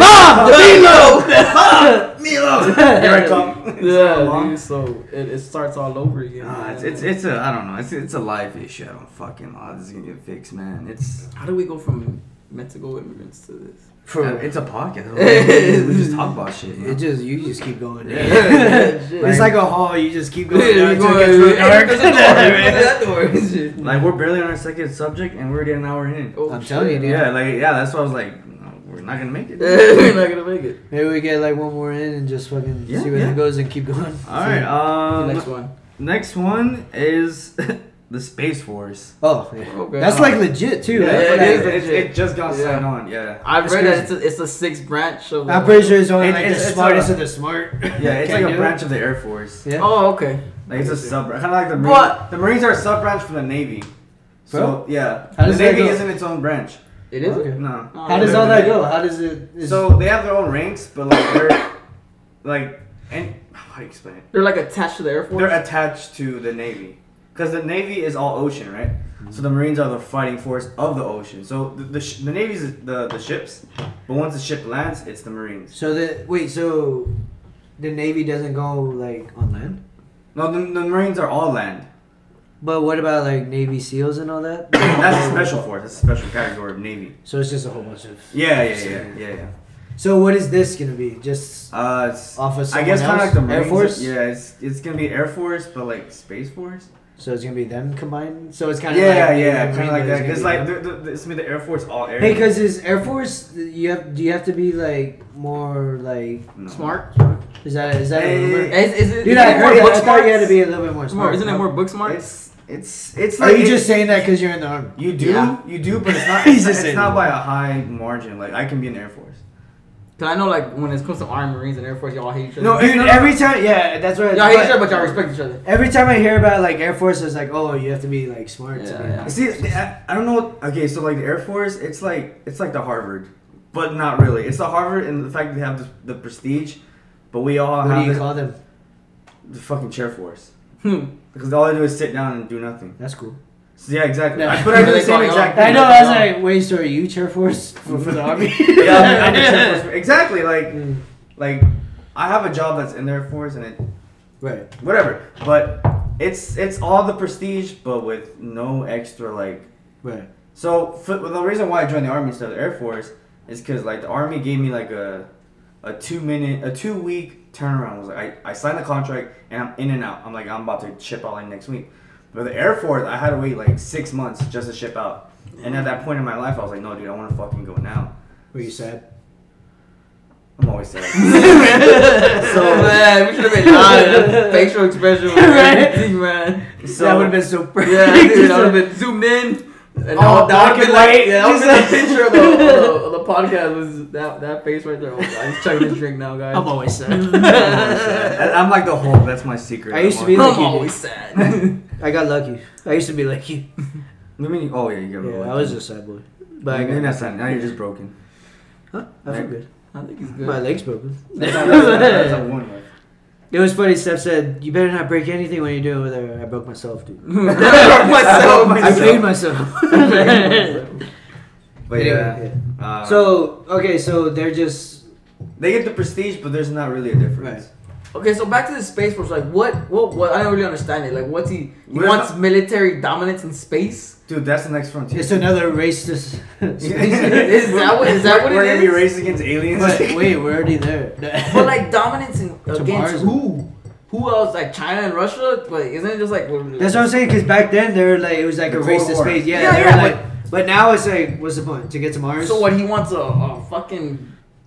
Mom, the Milo. "Oh, Here I come. Yeah, dude, so it, it starts all over again. Nah, man. it's, it's it's a I don't know. It's it's a life issue. I don't fucking know. how This is gonna get fixed, man. It's How do we go from Mexico immigrants to this? uh, it's a podcast. we just talk about shit. You know? It just you just keep going. Yeah. it's like a hall. You just keep going. down until it gets real dark. That's like we're barely on our second subject, and we're getting an hour in. I'm telling you, dude. Yeah, like yeah, that's why I was like, no, we're not gonna make it. We're Oh, not gonna make it. Maybe we get like one more in and just fucking Yeah, see where yeah. it goes and keep going. All right. Um, Next one. Next one is the Space Force. Oh, yeah. Okay. that's like legit too. Yeah, right? it it is is. It, legit. it just got Yeah. signed on. Yeah. I've It's read that it's crazy. a, it's the sixth branch of. uh, I'm pretty sure it's only It- like it's- the it's smartest a- of the smart. Yeah, it's Can like a do branch of the Air Force. Yeah. Oh, okay. Like it's a sub branch, kind of like the Marines. But- the Marines are a sub branch from the Navy. So yeah, How the does that Navy go? isn't its own branch. It is. Okay. No. How does all that go? How does it? Is, So they have their own ranks, but like they're like and how do you explain it? They're like attached to the Air Force. They're attached to the Navy. Because the Navy is all ocean, right? So the Marines are the fighting force of the ocean. So the, the, sh- the Navy's the, the ships, but once the ship lands, it's the Marines. so the wait, so the Navy doesn't go like on land. No, the, the Marines are all land. But what about like Navy SEALs and all that? That's a special force. That's a special category of Navy. So it's just a whole bunch of. Yeah, yeah, yeah, yeah, yeah. So what is this gonna be? Just Uh, it's, off of I someone guess kind of else? like the Marines. Air Force. Yeah, it's, it's gonna be Air Force, but like Space Force. So it's gonna be them combined. So it's kind of Yeah, like, yeah, kind the of Marine, like but that. gonna It's be like them. the, the, the, it's gonna be the Air Force all air. Hey, because is Air Force you have? Do you have to be like more like? No. smart. Is that is that? a rumor? Hey, Is, is it, Dude, is I it heard it. more book I thought you had to smarts? be a little bit more Smart. smart. Isn't it more book smart? It's it's it's Are like you it- just saying that because you're in the army? You do, Yeah. you do, but it's not. He's It's, just it's saying not that. by a high margin. Like I can be in the Air Force. Cause I know like when it comes to Army Marines and Air Force, y'all hate each other. No, dude, every time, yeah, that's what. y'all hate each but other, but y'all respect each other. Every time I hear about like Air Force, it's like, oh, you have to be like smart to Yeah, be. yeah. See, I, I don't know. What, okay, so like the Air Force, it's like it's like the Harvard, but not really. It's the Harvard and the fact that they have the, the prestige, but we all What do have you the, call them? the fucking chair force Hmm. because all they do is sit down and do nothing. That's cool. So, yeah, exactly. Yeah. But I do They the same call y'all- exact. Thing. "Oh, I know. I was like, wait, so are you Chair Force for, for the army? yeah, I'm the Air Force. exactly. Like, Mm, like I have a job that's in the Air Force and it right. whatever, but it's it's all the prestige, but with no extra like Right. So for, well, the reason why I joined the army instead of the air force is because like the army gave me like a a two minute a two week turnaround. It was like I, I signed the contract and I'm in and out. I'm like I'm about to ship out like next week. But the air force, I had to wait like six months just to ship out. And at that point in my life, I was like, no, dude, I want to fucking go now. Were you sad? I'm always sad. So man, we should have been live. That Facial expression, was Right? everything, man. So that would have been so perfect. Yeah, dude, I would have been zoomed in. And All all that black and would have been like, white, yeah, that would just have been the picture of the, of the, of the podcast was that that face right there. Oh, I'm just chugging this drink now, guys. I'm always I'm, always sad. sad. I- I'm like the Hulk. That's my secret. I used to I'm be always- like I'm you, always sad. I got lucky. I used to be like you. What do you mean? Oh yeah, you got me. Yeah, I was a sad boy. But I You're got not sad. Now you're just broken. Huh? I feel Right. good. I think it's good. My leg's broken. That's not- that's not- that's not one way. It was funny. Steph said, "You better not break anything when you do it with her." I broke myself, dude. myself. I Myself. played myself. But uh, yeah. Anyway, um, So okay, so they're just They get the prestige, but there's not really a difference. Okay, so back to the space force. Like, what, what, what? I don't really understand it. Like, what's he? He We're wants not- military dominance in space. Dude, that's the next frontier. it's another racist. Is that what- is that what We're it gonna be is? racing against aliens. but wait, we're already there. But like, dominance in, To Mars. against who? Who else? Like China and Russia? Like, isn't it just like? That's what I'm saying. Because back then they were like it was like The a Cold racist War. space. Yeah, Yeah, they yeah, were like. But now it's like, what's the point to get to Mars? So what? He wants a, a fucking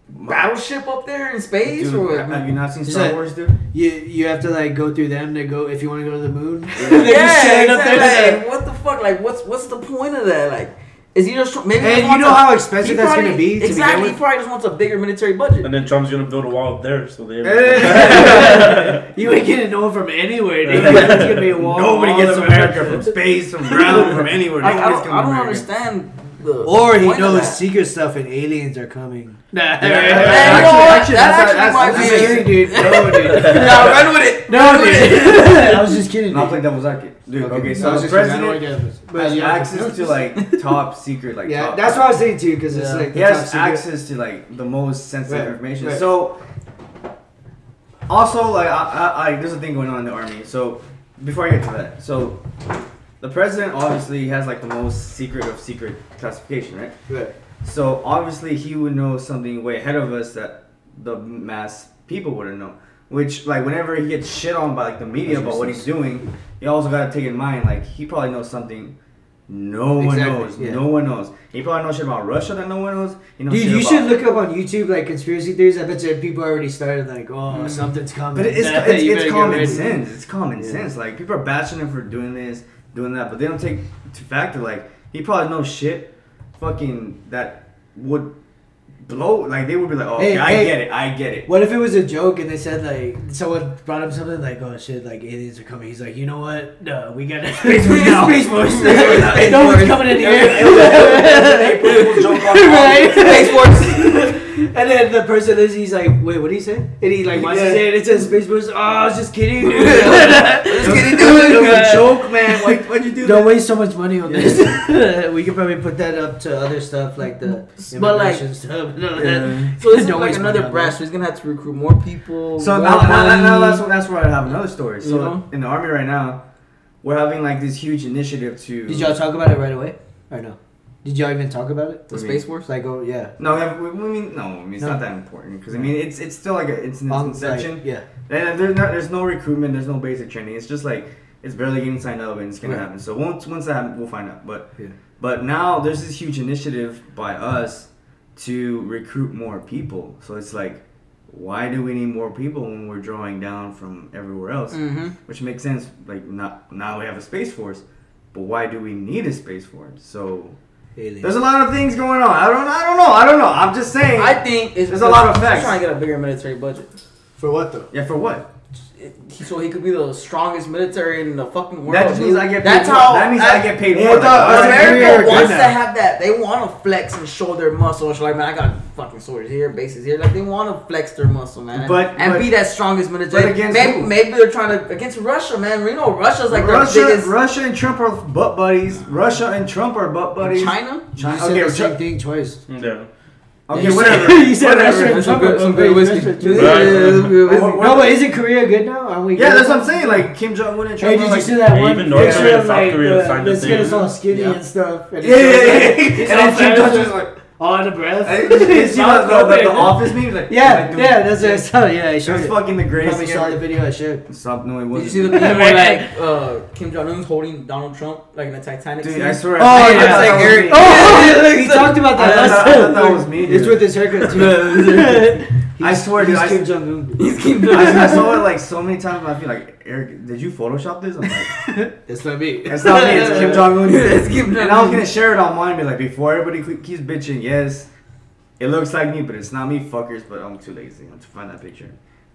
battleship up there in space, Dude, or what? have you not seen Just Star like- Wars, dude? You you have to like go through them to go if you want to go to the moon. Yeah, They're just yeah, sitting up exactly. there, just like- Like, what the fuck? Like, what's what's the point of that? Like, is he just tr- maybe? he And just you wants know a- how he expensive that's probably- gonna be to begin Exactly. with? He probably just wants a bigger military budget. And then Trump's gonna build a wall up there, so they. You ain't getting no one from anywhere, dude. It's gonna be a wall. Nobody all gets over. America from space, from ground, from anywhere. Like, I Nobody's don't, coming I don't America. understand. The Or he point of knows that. secret stuff and aliens are coming. Hey, you know what? Actually, actually, That that's- actually that's- might that's be- scary, dude. No, dude. Yeah, run with it. No, dude. I was just kidding. And I'll dude. play devil's advocate, dude. Okay, I so was the just kidding. I don't president like aliens. But has yeah, access to like top secret, like Yeah, top- that's what I was saying too, because it's Yeah. like he the top has secret. access to like the most sensitive Right, information. right. So, also like I, I, I, there's a thing going on in the army. So, before I get to that, so the president obviously has like the most secret of secret classification, right? Right. So obviously he would know something way ahead of us that the mass people wouldn't know. Which like whenever he gets shit on by like the media about what he's doing, you also gotta take in mind like he probably knows something no one Exactly, knows. yeah. No one knows. He probably knows shit about Russia that no one knows. He knows Dude, shit you about- should look up on YouTube like conspiracy theories. I bet you people already started like, oh, something's coming. Hmm. But it's it's, Yeah, you it's, better get common ready. sense. It's common Yeah. sense. Like people are bashing him for doing this, doing that, but they don't take to factor like he probably knows shit, fucking that would blow. Like they would be like, oh, okay, Hey, I hey. get it, I get it. What if it was a joke and they said like someone brought up something like oh shit like aliens are coming? He's like you know what no we got a space force now. Space Force. no one's coming in Hey, here. people jump on right, it. space force. and then the person is he's like wait what did he say? And he like wants to Yeah. say it. It says space force. Oh I was just kidding. dude." It was a joke, man. Why, why'd you do Don't that? waste so much money on this. we could probably put that up to other stuff like the But, like- immigration stuff. and all that. Yeah. So this is Don't like waste money another on branch. that. So he's gonna have to recruit more people. So more now, now, now, money. now that's, that's where I have another story. So You know? in the army right now, we're having like this huge initiative to. Did y'all talk about it right away or no? Did y'all even talk about it? the I mean- space force. It's like oh yeah, No, we, have, we, we mean no. I mean, it's No. not that important because I mean it's it's still like a, it's an On inception. site, yeah. And there's not there's no recruitment. There's no basic training. It's just like it's barely getting signed up and it's gonna Right. happen. So once once that happens, we'll find out. But Yeah. but now there's this huge initiative by us to recruit more people. So it's like, why do we need more people when we're drawing down from everywhere else? Mm-hmm. Which makes sense. Like not now we have a space force, but why do we need a space force? So There's a lot of things going on. I don't. I don't know. I don't know. I'm just saying. I think it's There's a lot of he's facts. Trying to get a bigger military budget, For what though? yeah. For what? It- he- so he could be the strongest military in the fucking world. That just means dude. I get paid. That's more. how That means I, get paid Yeah, more. I thought- Like, I that's- agree, America agree wants now. to have that. They want to flex and show their muscle. It's like, man, I got fucking soldiers here, bases here. Like, they want to flex their muscle, man. But- and but- be that strongest but military. against maybe, who? maybe they're trying to against Russia, man. We know Russia's like Russia, their biggest. Russia and Trump are butt buddies. Russia and Trump are butt buddies. China. You China. said Okay, the same Chi- thing twice. Yeah. okay, You said- whatever. you said whatever. Russia and That's a Trump good- are some both great racist. message. Dude, Right. uh, we- we- What- No, but isn't Korea good now? Aren't we? Yeah, good? that's what I'm saying. Like Kim Jong Un and Trump. Hey, did are you like, see that Yeah, one even North picture Korea and of South like Korea the, signed a let's thing. get us all skinny Yeah. and stuff? And Yeah, yeah, yeah. It's yeah. and then all Kim Jong fat. Un's like, all in the breath. Hey, did you see the, the, the, the office meme? Like, Yeah, like, dude, yeah, that's what I saw. Yeah, I It showed was it. fucking the greatest Probably thing saw the ever. video I showed. Stop, no, it Did you wasn't. see the video where like uh, Kim Jong Un's holding Donald Trump like in the Titanic? Dude, scene? I swear. Oh, I yeah. thought It's that like was Eric- me. Oh, Yeah, we yeah, talked about that I last thought- I time. thought that was me, It's dude. with his haircut too. I swear, dude, he's I- Kim Jong Un. He's Kim Jong I, I Un. saw it like so many times, and I feel like Eric, did you Photoshop this? I'm like, That's not me. it's not me. It's Kim Jong Un. It's Kim And I was Jong gonna Un. share it on mine, be like, before everybody que- keeps bitching, yes, it looks like me, but it's not me, fuckers. But I'm too lazy to find that picture.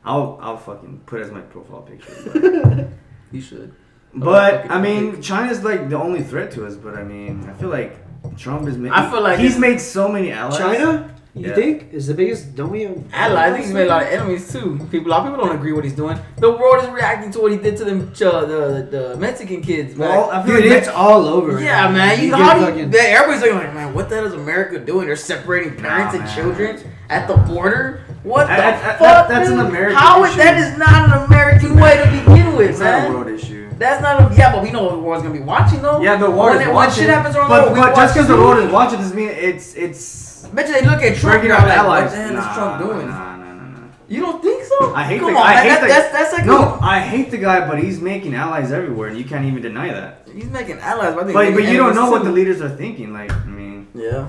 I'll I'll fucking put it as my profile picture. But, You should. but I mean, China's like the only threat to us. But I mean, I feel like Trump is. Ma- I feel like he's it's- made so many allies. China, you Yeah. think is the biggest? Don't we? have- Ally, I think he's made a lot of enemies too. People, a lot of people don't agree what he's doing. The world is reacting to what he did to them, ch- uh, the, the Mexican kids. Man. Well, I feel Dude, like it's all over. right yeah, now. man. You, get how do you- fucking- that- everybody's looking like, man, what the hell is America doing? They're separating parents Nah, and man. children at the border. What the I- I- I- fuck? that- that's an dude? American How is issue. that is not an American way to begin with, It's not a man. world issue. That's not a yeah, but we know what the world's gonna be watching though. Yeah, the war when, is it- When watching. shit happens around the but world, we but just watch because the too. world is watching doesn't mean it's it's Bet you they look at Trump breaking and up are like, what allies. the hell Nah, is Trump doing? Nah, nah, nah, nah. You don't think so? I hate Come the on, I man, hate that, the, that's that's like no. I hate the guy, but he's making allies everywhere, and you can't even deny that. he's making allies. But, I think But he's but you making don't know enemies, what the too. leaders are thinking. Like I mean, yeah.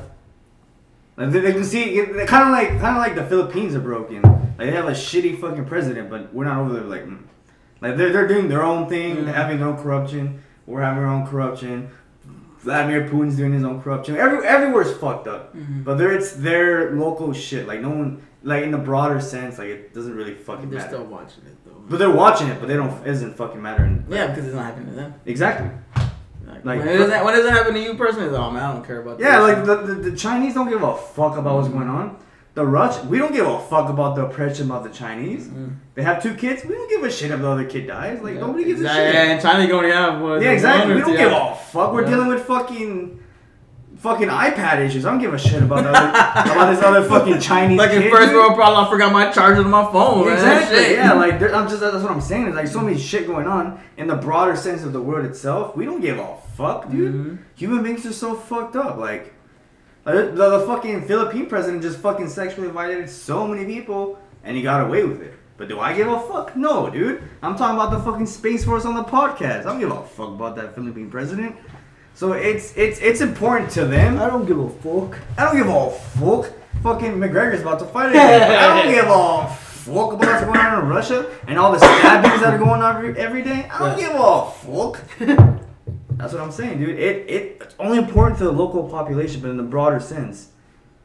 like, they, they can see kind of like kind of like the Philippines are broken. Like they have a shitty fucking president, but we're not over there. Like mm. like they're they're doing their own thing, Mm. they're having their own corruption. We're having our own corruption. Vladimir Putin's doing his own corruption. Every everywhere's fucked up. Mm-hmm. But there, it's their local shit. Like no one, like in the broader sense, like it doesn't really fucking They're matter. still watching it though. But they're watching it, but they don't. It doesn't fucking matter. And, Yeah, because it's not happening to them. exactly. Like, Like- when, it doesn't, when it doesn't happen to you personally, though, man, I don't care about that. Yeah, like the, the, the Chinese don't give a fuck about what's going on. The Rush, we don't give a fuck about the oppression of the Chinese. Mm. They have two kids. We don't give a shit if the other kid dies. Like nobody gives exactly. a Yeah, shit. and China going out. Boy, Yeah, exactly. We don't give off. a fuck. We're Yeah. dealing with fucking. Fucking iPad issues. I don't give a shit about the other, about this other fucking Chinese. Like in kid, first dude. world problem, I forgot my charger on my phone. man. Exactly. Shit. Yeah, like there, I'm just that's what I'm saying. There's like so many shit going on in the broader sense of the world itself. We don't give a fuck, dude. Mhm. Human beings are so fucked up. Like uh, the, the fucking Philippine president just fucking sexually violated so many people, and he got away with it. But do I give a fuck? No, dude. I'm talking about the fucking space force on the podcast. I don't give a fuck about that Philippine president. So it's it's it's important to them. I don't give a fuck. I don't give a fuck. Fucking McGregor's about to fight again. I don't give a fuck about what's going on in Russia and all the stabbings that are going on every, every day. I don't give a fuck. That's what I'm saying, dude. It, it it's only important to the local population, but in the broader sense,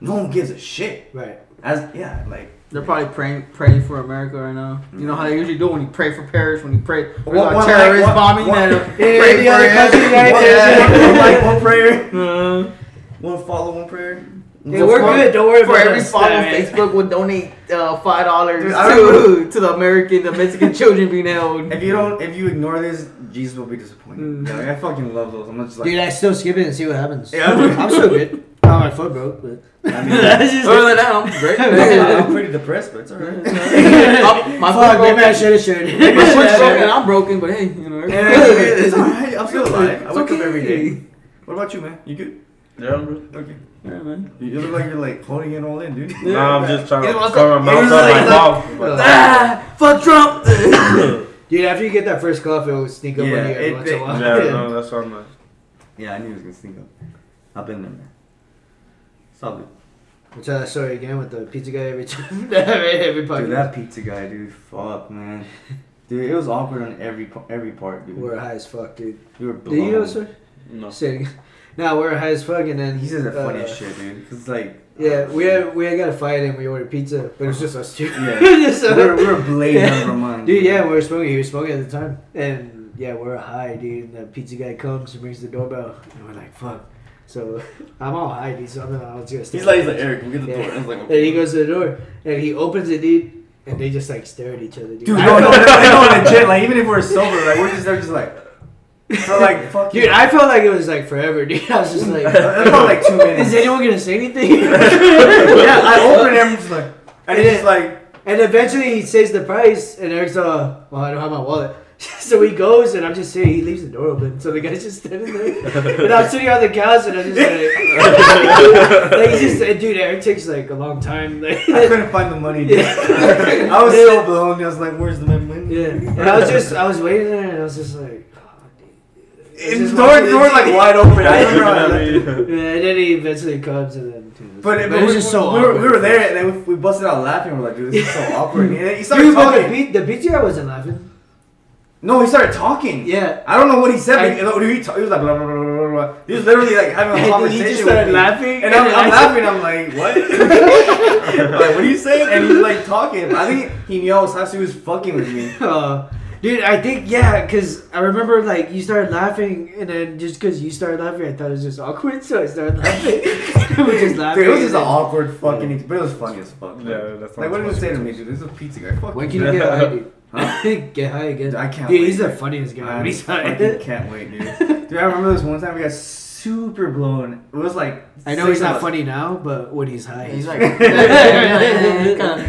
no one gives a shit. Right. As yeah, like They're probably praying praying for America right now. You know how they usually do when you pray for Paris, when you pray for What- a what- terrorist what- bombing what- and a Yeah, pray the other for country it. right one, there, Yeah. one like one prayer, Uh, one follow, one prayer. Hey, we're fuck? good. Don't worry For about every us. follow, Nah, man. Facebook will donate uh, five dollars Dude, I remember- to to the American, the Mexican children being held. If you don't, if you ignore this, Jesus will be disappointed. Mm. Yeah, like, I fucking love those. I'm just like, Dude, I still skip it and see what happens. Yeah. I'm still good. Oh, my foot broke, but I mean, That's just- Other than that, I'm great. I'm pretty depressed, but it's alright. I'm- my foot Fuck, broke. maybe I should have shared it. My foot's broken. I'm broken, but hey, you know. Yeah, it's alright. I'm still alive. I It's wake up every okay. day. What about you, man? You good? Yeah, bro. Okay. Yeah, man. You you look like you're like holding it all in, dude. Nah, I'm just trying to It was cover like- my it mouth was up, like- my mouth. Ah, fuck Trump. Dude, after you get that first cough, it'll sneak up Yeah, on you every it- once in a it- Yeah, while. no, that's what I'm like. Yeah, I knew it was gonna sneak up. I've been there, man. Stop it. I'll tell that story again with the pizza guy every time. every, every Dude, podcast. that pizza guy, dude. Fuck, man. Dude, it was awkward on every p- every part, dude. We're high as fuck, dude. We were Did you know, blown. sir? No. Say it again. No, we were high as fuck, and then He says the uh, funniest shit, dude. Cause like, uh, Yeah, we had we had got a fight and we ordered pizza, but it was just us two. Yeah. Just us. we're we're blade Yeah. number one, Dude, yeah, we were smoking. He was smoking at the time, and yeah, we're high, dude. And the pizza guy comes and rings the doorbell, and we're like, "Fuck!" So I'm all high, dude. So I'm like, I was gonna stay. He's like, he's like Eric, we get the door. Yeah. I was like, and he goes to the door, and he opens it, dude, and they just like stare at each other, dude. dude, I no, no, felt- no, no, legit. Like even if we're sober, like we're just they're just like, so like fuck dude, you. I felt like it was like forever, dude. I was just like, That felt like two minutes. Is anyone gonna say anything? yeah, I open him just like, and he's just like, And eventually he says the price, and Eric's all, well, I don't have my wallet. so he goes, and I'm just sitting, he leaves the door open. So the guy's just standing there. and I'm sitting on the couch, and I'm just like, like it's just, and dude, Eric takes like a long time. Like, I couldn't find the money. Dude. Yeah. I was so blown. I was like, where's the money? yeah. And I was just, I was waiting there, and I was just like, It's door, door like wide open. I remember. I was like- yeah, and then he eventually comes, and then. But, but, it was we, just so we, were, we awkward. were there and then we, we busted out laughing. We're like, dude, this is so awkward. And then he started Dude, but the, talking. beat, the beat guy wasn't laughing. No, he started talking. Yeah. I don't know what he said, I- but he, he, ta- he was like, blah, blah, blah, blah, blah, blah. he was literally like having a And then he conversation. just with started me. laughing. And I'm, I'm I- laughing. I'm like, what? I'm like, what are you saying? And he's like talking. I think he knew I was Sasu was fucking with me. Oh, dude, I think yeah, cause I remember like you started laughing, and then just cause you started laughing, I thought it was just awkward, so I started laughing. we were just laughing. Dude, it was just an and awkward fucking, ex- but it was funny as fuck. Like, Yeah, that's like what did not you say to me, dude? This is a pizza guy. then- Fuck When you. can you get high, dude? get high again. Dude, I can't Dude, wait. he's the funniest guy. when I he's high. fucking can't wait, dude. Dude, I remember this one time we got super blown. It was like I know six he's of not us. funny now, but when he's high, He's he's like, yeah,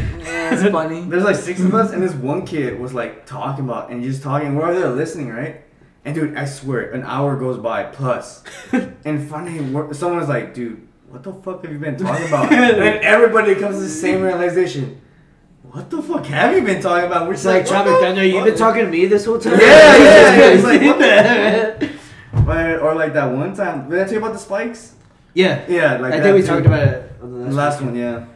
it's funny. There's like six of us, and this one kid was like talking about and just talking. We're all there listening, right? And dude, I swear, an hour goes by plus, and finally, we're- someone was like, "Dude, what the fuck have you been talking about?" and then everybody comes to the same realization. What the fuck have you been talking about? We're it's like what Tropic the Thunder. You've fuck?" been talking to me this whole time. Yeah, yeah, yeah. It's He's like, what yeah. the Or, or like that one time. Did I tell you about the spikes? Yeah, like I that think we too. talked about it on the the last last. one. Yeah.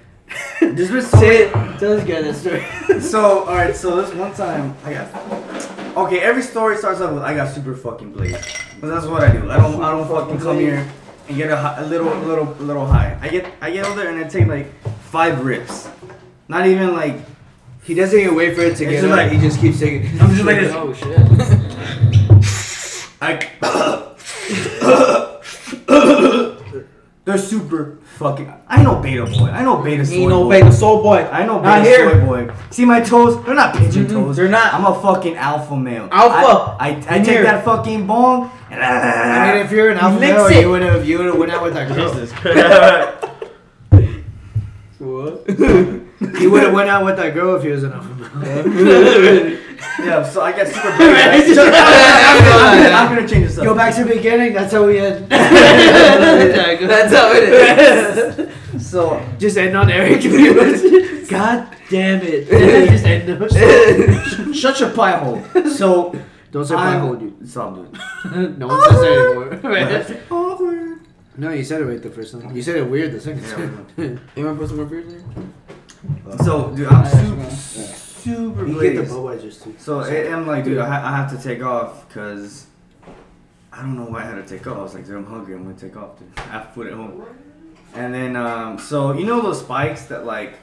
one. There's been so Say many- it. Tell this guy that story. So, all right. So this one time, I got. Okay, every story starts off with I got super fucking blazed. But that's what I do. I don't. I don't fucking come here and get a, hi- a little, a little, a little high. I get. I get over there and I take like five rips. Not even like. He doesn't even wait for it to It's get just up. like- he just keeps taking. I'm just like this. Oh shit. I. They're super fucking. I know beta boy. I know beta soy Ain't no boy. beta soul boy. I know Not beta here. soy boy. See my toes? They're not pigeon Mm-mm, toes. they're not. I'm a fucking alpha male. Alpha. I, I, I In take here. that fucking bong and uh, I mean, if you're an He alpha licks male, it. you would have you would have went out with that girl. Jesus Christ. What? You would have went out with that girl if he was an alpha male. Yeah, so I got super Right? blazed. I'm, gonna- I'm gonna change this up. Go back to the beginning. That's how we end. That's how it is. So Just end on Eric. pretty much. God damn it! Just end on. shut your pie hole. So Don't say I I hold you. Stop, dude. Uh, No one says that anymore. Awkward. no, you said it right the first time. You said it weird the second Yeah, time. You want to put some more beers in? So, dude, I'm super, super you get the blazed. Budweiser's too. So I- I'm like, dude, I, ha- I have to take off because I don't know why I had to take off. I was like, dude, I'm hungry. I'm gonna take off, dude. I have food at home. And then, um, so you know those spikes that like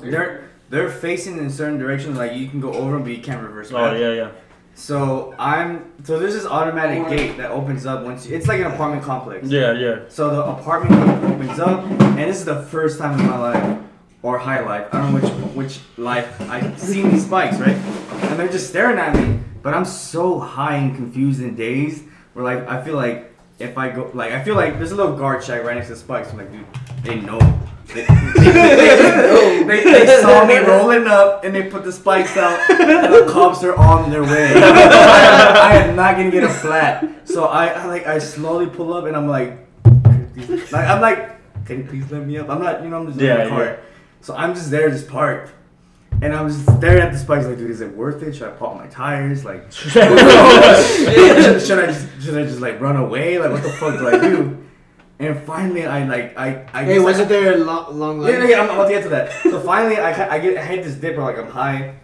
they're they're facing in certain directions. Like you can go over them, but you can't reverse. Oh back. yeah, yeah. So I'm so there's this automatic gate that opens up once you, it's like an apartment complex. Yeah, yeah. So the apartment gate opens up, and this is the first time in my life or high life. I don't know which which life I've seen these spikes, right? And they're just staring at me, but I'm so high and confused and dazed. Where like I feel like if I go like I feel like there's a little guard shack right next to the spikes. I'm like, dude, they know. They, they, they, they saw me rolling up and they put the spikes out. And the cops are on their way. I, am not gonna get a flat. So I, I like I slowly pull up and I'm like, like I'm like, can you please let me up? I'm not, you know, I'm just in Yeah, the car. So I'm just there, just parked, and I'm just staring at the spikes. Like, dude, is it worth it? Should I pop my tires? Like, should, should I just, should I just like run away? Like, what the fuck do I do? And finally, I like I I Hey, guess I- wasn't there a long, long line? yeah, yeah, yeah, I'm about to get to that. So finally, I, ki- I get I hit this dip where like I'm high.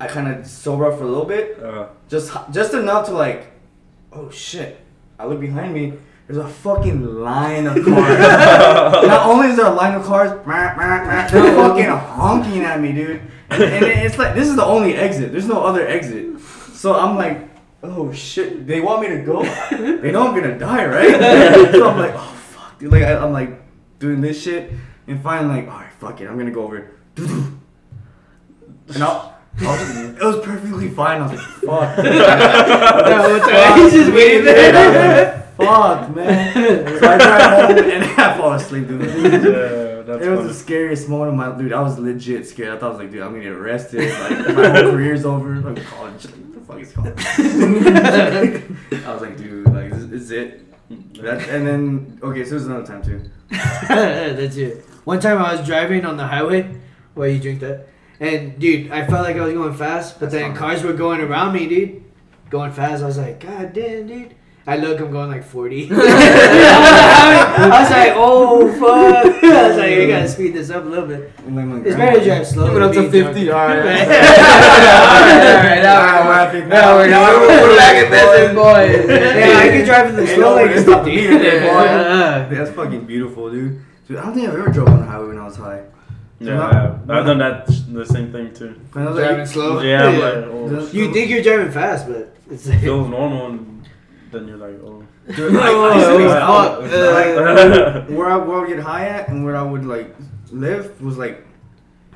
I kind of sober up for a little bit, Uh, just just enough to like, oh shit! I look behind me, There's a fucking line of cars. Not only is there a line of cars, they're fucking honking at me, dude. And, and it's like this is the only exit. There's no other exit. So I'm like, oh shit. They want me to go. They know I'm gonna die, right? so I'm like, oh fuck, dude. Like I, I'm like doing this shit, and finally like, all right, fuck it. I'm gonna go over. Doo-doo. And I'll, I'll- it was perfectly fine. I was like, fuck. He's just waiting there. Fuck, man. So I drive home and I fall asleep, dude. Yeah, that's it was the funny. scariest moment of my dude. I was legit scared. I thought I was like, dude, I'm gonna get arrested. Like my whole career's over. Like college, like, what the fuck is college? I was like, dude, like this, this is it. That, and then okay, so there's another time too. That's it. One time I was driving on the highway. Why you drink that? And dude, I felt like I was going fast, but That's then fine. cars were going around me, dude. Going fast. I was like, God damn, dude. I look, I'm going like 40. I was like, oh fuck. I was like, we gotta speed this up a little bit. And then my It's grandma- better to drive slow. Went up to than being 50. drunk. All right. All Right. right. Now we're- laughing. now we're now we're we're back at this, boys. Yeah, I could drive in the Ain't slow no lane. way to stop me today, boy. Yeah. That's fucking beautiful, dude. Dude, I don't think I've ever drove on the highway when I was high. Yeah, I- I've done that the same thing too. When I was Driving like, slow. Yeah, I'm Yeah. like, oh, You think you're driving fast, but it's like, it feels normal, and then you're like, oh. dude, like, I used to be Fuck. out. Like, yeah, where I, where I would get high at and where I would like live was like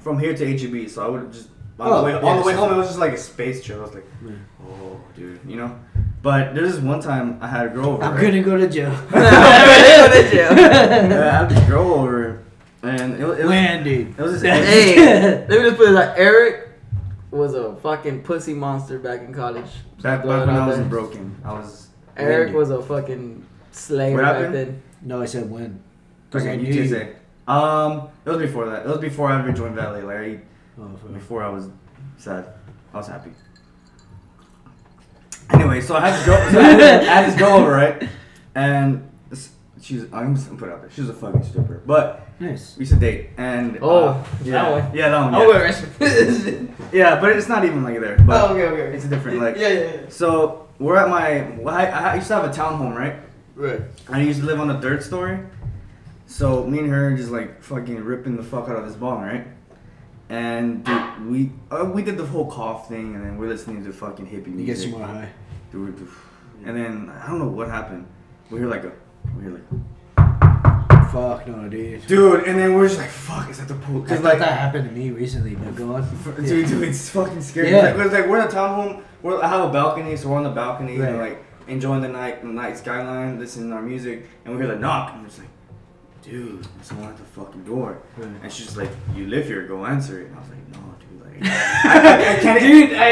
from here to HEB. So I would just on Oh, the way on yes. the way home. It was just like a space trip. I was like, oh, dude, you know. But there's this one time I had a girl over. I'm right? gonna go to jail. Yeah, I had this girl over, and it, was- it was When, dude? it was this Hey, let me just put it like Eric was a fucking pussy monster back in college. back, back Blow it when out I was there. broken. I was Eric winded. was a fucking slave What back happened? then. No, I said when. Because I Okay, knew you you. say. Um, it was before that. It was before I ever joined Valley. Like Oh, fuck. I- before I was sad, I was happy. Anyway, so I had to go. So I had this- I had this girl over, right? And s- she's. I'm just gonna put it out there. She's a fucking stripper, but Nice. we used to date. And Oh, uh, that yeah, one. yeah, that one. Yeah. Oh, wait, wait. yeah, but it's not even like there. But Oh, okay, okay. okay. it's a different like. yeah, yeah, yeah. So we're at my. Well, I, I used to have a townhome, right? Right. I used to live on the third story. So me and her just like fucking ripping the fuck out of this bong, right? And dude, we uh, we did the whole cough thing, and then we're listening to fucking hippie You get music. some more high. Dude, dude. And then I don't know what happened. We hear like a, we hear like, Fuck no, dude. dude. And then we're just like, fuck, is that the pool? I Cause thought like, that happened to me recently, but go on. f- dude, dude, it's fucking scary. Yeah. It's like, it's like we're in a townhome. We're I have a balcony, so we're on the balcony, and Right. like enjoying the night, the night skyline, listening to our music, and we hear the knock, and we're just like, dude, someone at the fucking door. And she's like, "You live here, go answer it." And I was like, "No, dude, like, I, I, I can't." Dude, I,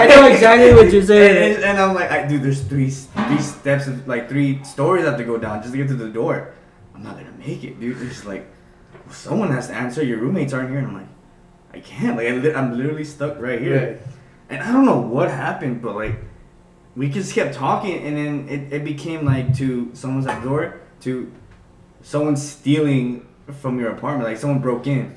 I, I know exactly what you're And, saying. and- and I'm like, I, "Dude, there's three three steps, of, like three stories I have to go down just to get to the door. I'm not gonna make it, dude." And she's like, well, "Someone has to answer. Your roommates aren't here." And I'm like, "I can't. Like, I li- I'm literally stuck right here." And I don't know what happened, but like, we just kept talking, and then it, it became like to someone's at the door to someone stealing from your apartment. Like someone broke in.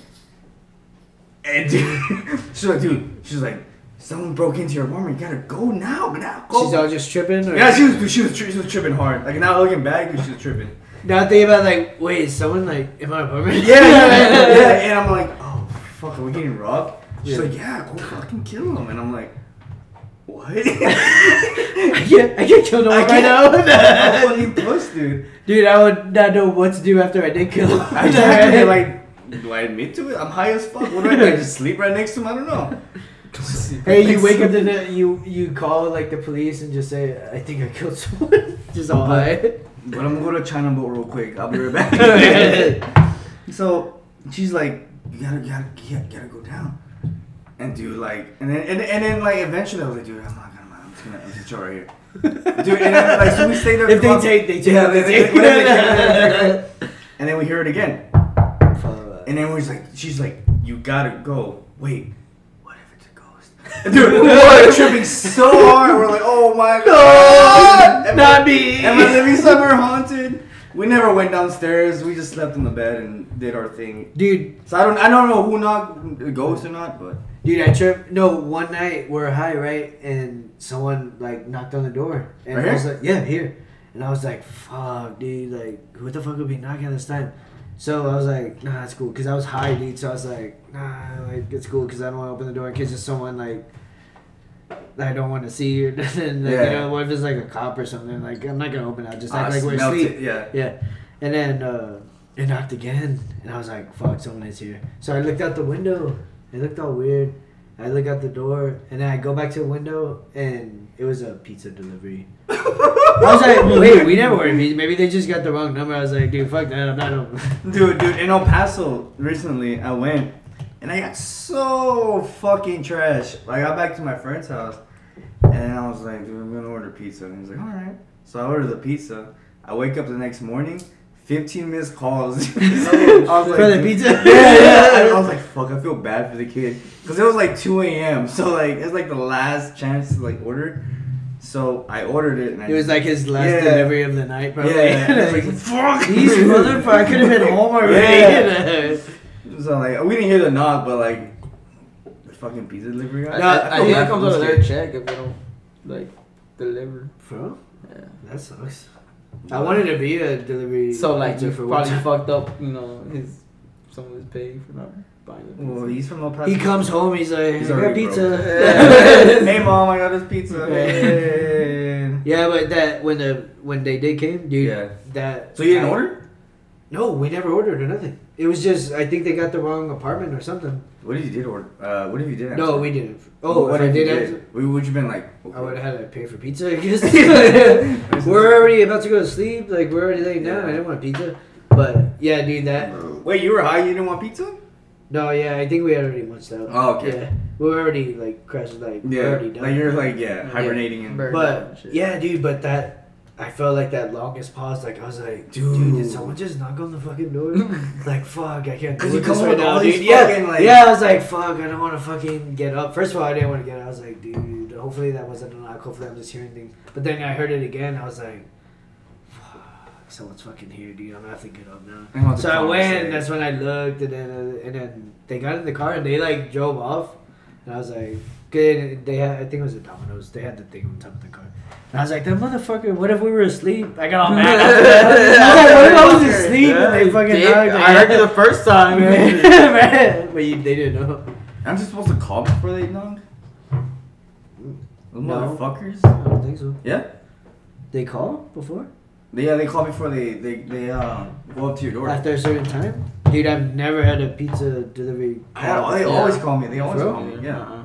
And dude, she's like, dude, she's like, someone broke into your apartment. You gotta go now, now go. She's all just tripping? Or? yeah, she was, dude, she was, tri- she was tripping hard. Like now looking back, dude, she was tripping. Now I think about, like, wait, is someone, like, in my apartment? Yeah, yeah, yeah, yeah. And I'm like, oh fuck, are we getting robbed? She's Yeah. like, yeah, go fucking kill him. And I'm like, what? I can't, I can't kill no one right I'm now. fucking puss, dude. dude, I would not know what to do after I did kill him. I just had to be like, do I admit to it? I'm high as fuck. What do I do? I just sleep right next to him? I don't know. Hey, you wake up to the you you call like the police and just say I think I killed someone. just all high. But I'm gonna go to China Boat real quick. I'll be right back. so she's like, you gotta, you gotta, you gotta, gotta go down. And dude, like, and then, and, and then, like, eventually I was like, dude, I'm not gonna, I'm just gonna, I'm just chill right here. Dude, and then, like, so we stay there. for If a they while. take, they take. Yeah, they they take. take. Whatever they take, And then we hear it again. And then we're just like, she's like, you gotta go. Wait, what if it's a ghost? Dude, we are tripping so hard. We're like, oh my god. Am I- Not me. Am I living somewhere haunted? We never went downstairs. We just slept in the bed and did our thing. Dude, So I don't, I don't know who knocked, a ghost or not, but dude, I tripped. No, one night we're high, right? And someone like knocked on the door, and Right I was here? like, "Yeah, here." And I was like, fuck, dude, like, what the fuck would be knocking at this time? So I was like, nah, it's cool, cause I was high, dude. So I was like, nah, like it's cool, cause I don't want to open the door in case it's someone like that I don't want to see or nothing. Like, Yeah. You know, what if it's like a cop or something? Like I'm not gonna open it. I'll just act I like we're smelt asleep. Ah, it, Yeah. Yeah. And then uh, it knocked again. And I was like, fuck, someone is here. So I looked out the window. It looked all weird. I look out the door. And then I go back to the window. And it was a pizza delivery. I was like, wait, we never ordered pizza. Maybe they just got the wrong number. I was like, dude, fuck that. I'm not open. Dude, dude, in El Paso recently, I went and I got so fucking trash. I got back to my friend's house and I was like, dude, I'm gonna order pizza. And he's like, all right. So I ordered the pizza. I wake up the next morning, 15 missed calls. I was like, For the pizza? Yeah, yeah. I was like, fuck, I feel bad for the kid. Because it was like 2 a.m. So, like, it's like the last chance to, like, order. So I ordered it and I It was like his last Yeah. delivery of the night, probably. yeah, yeah. And I And was it's like, like, fuck. These motherfucker, I could have been home already. Yeah. So like we didn't hear the knock, but like the fucking pizza delivery guy. No, I I think Yeah, that comes out was of their scared. check if they don't like deliver. Bro, Yeah. that sucks. I wanted to be a delivery. So like pizza you for probably one. fucked up, you know, his some of his pay for not buying the pizza. Well, he's from El Paso. He comes home, he's like, He's I got already pizza. hey mom, I got this pizza. Hey. yeah, but that when the when they did came, dude, Yeah. that. So you didn't I- order? No, we never ordered or nothing. It was just I think they got the wrong apartment or something. What if you did order? Uh, what if you didn't? No, we didn't. Oh, what I if you did, answer- We would have been like. I would have had to pay for pizza. I guess we're already about to go to sleep. Like we're already laying down. I didn't want pizza, but yeah, dude, that. Wait, you were high. You didn't want pizza? No, yeah, I think we had already munched out. Oh, okay. Yeah, we were already like crashed. Like we Yeah. already done. Like you're like yeah, hibernating and. Burn out and But shit. yeah, dude. But that I felt like that longest pause. Like I was like, dude, did Dude. someone just knock on the fucking door? like fuck, I can't. 'Cause do you this come up right with now, all dude. these yeah, fucking, like- yeah. I was like, fuck, I don't want to fucking get up. First of all, I didn't want to get up. I was like, dude, hopefully that wasn't a knock. Hopefully I'm just hearing things. But then I heard it again. I was like, fuck, someone's fucking here, dude. I'm gonna have to get up now. I'm about to So I call and went. say- and That's when I looked, and then uh, and then they got in the car and they like drove off, and I was like, good. They had I think it was a Domino's. They had the thing on top of the car, and I was like, that motherfucker. What if we were asleep? I Oh, got all mad. after that. I was like, what if I was asleep? and they fucking Dick, knocked, like, I heard you the first time. Man, man. But you, they didn't know. Aren't you supposed to call before they knock? Those No. motherfuckers. I don't think so. Yeah. They call before They, yeah, they call before they they they um go up to your door. after a certain time. Dude, I've never had a pizza delivery I had, they Yeah. always call me. They always Bro? call me. Yeah. Uh-uh.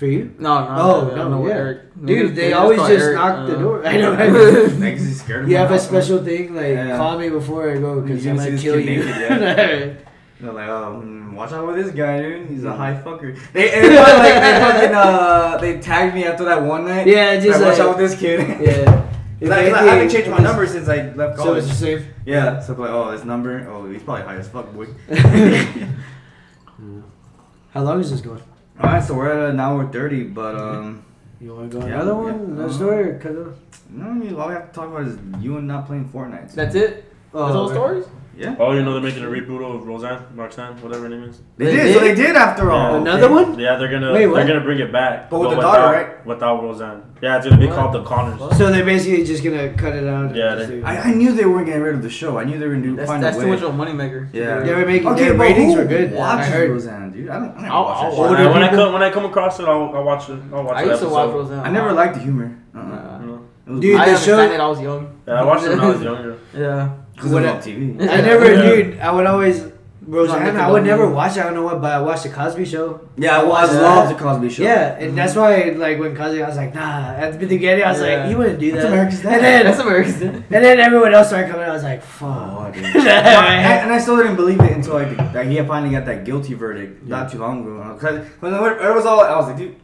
for you. No, no, Oh, no, I don't no, know what yeah. Eric- Dude, they call always just Eric, knock the uh, door. I know, right? Niggas is scared of You my have a house, special thing like Yeah. call me before I go because You I can see might this kill kid you. naked, man. They're like, oh, mm, watch out with this guy, dude. He's a high fucker. They, and, Yeah. like, they fucking uh, they tagged me after that one night. Yeah, just like, watch like- out with this kid. yeah. If Like, I anything, haven't changed my it's- number since I left So college. it's safe. yeah, so I'm like, oh, his number, oh, he's probably high as fuck, boy. How long is this going? All right, so we're at an hour thirty, but um, You want to go Yeah, another yeah. one? Another Uh, story? Or cut it off? no, I mean, all we have to talk about is you and not playing Fortnite. That's it. Oh, That's all right. stories. yeah, Oh, you know they're making a reboot of Roseanne, Roxanne, whatever her name is. they They did. So they did? did after all. Another one? Yeah, they're gonna Wait, what? they're gonna bring it back. But with the daughter, without- right? Without Roseanne. Yeah, it's gonna be What? called the Connors. What? So they're basically just gonna cut it out. and Yeah, just they- do- I, I knew they weren't getting rid of the show. I knew they were gonna do, That's, find that's a too way. much of a moneymaker. Yeah. they were making Okay, their but ratings who were good. Watches I heard. Roseanne, dude. I don't. I, don't I'll- watch that I'll shit. When Older I, Uh, when I people- come when I come across it, I'll, I'll watch it. I'll watch I the used to watch episode. Roseanne. I never liked the humor. Uh-uh. Uh, You It was Dude, weird. I the haven't show- seen it. I was young. know? Yeah, I watched it when I was younger. Yeah. 'Cause it was What on I- TV. I never, Yeah. dude. I would always. Roseanne, I would Nickelodeon. never watch. it, I don't know what, but I watched the Cosby Show. Yeah, I watched Yeah. love the Cosby Show. Yeah, and that's why, like, when Cosby, I was like, nah. At the beginning, I was Yeah. like, he wouldn't do that. That's America's Dad. And then, That's American. And then everyone else started coming. I was like, fuck. Oh, dude. and, I, and I still didn't believe it until like, the- like he finally got that guilty verdict not too long ago. Because when it was all, I was like, dude,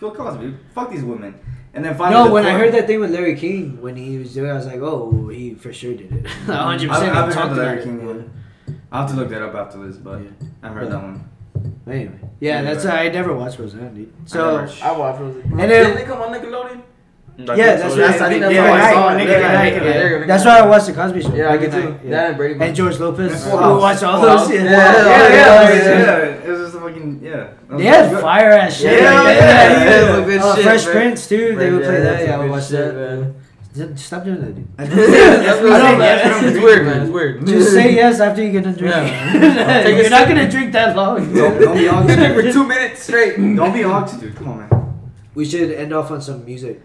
Bill Cosby, fuck these women. And then finally, no, the when I court- heard that thing with Larry King, when he was doing it, I was like, oh, he for sure did it. I've, 100% I've he heard talked the Larry about King it. one. I'll have to look that up after this, but Yeah. I've heard Yeah. that one. But Anyway. Yeah, that's why I never watched Roseanne, dude. I So, never- I watched Roseanne. And then- Didn't they come on Nickelodeon? yeah, that's what right. I think Nick that's at how I Night, saw it. Nick Nick at at Night, Night, yeah. yeah. That's why I watched the Cosby Show. Yeah, Nick me at too. Night, yeah. That and Brady And Bunch. George Lopez. Full We House. watched all Full those. House. Yeah, Yeah, Yeah, yeah, yeah, yeah. yeah. It was just a fucking yeah. That was They had good. fire ass shit. Yeah, like yeah, that. yeah, yeah. Good Oh, shit, Fresh bro. Prince too. They Right, would yeah, play that's that. Yeah, I good would watch shit, that. man. yeah. Just stop doing that, dude. I just- what I'm I don't- saying, that's- It's weird, man. It's weird. Just say yes after you get done drinking. Yeah. Take a You're not sip. gonna drink that long. Don't- don't be all- You drink for two minutes straight. Don't be hawks, dude. Come on, man. We should end off on some music.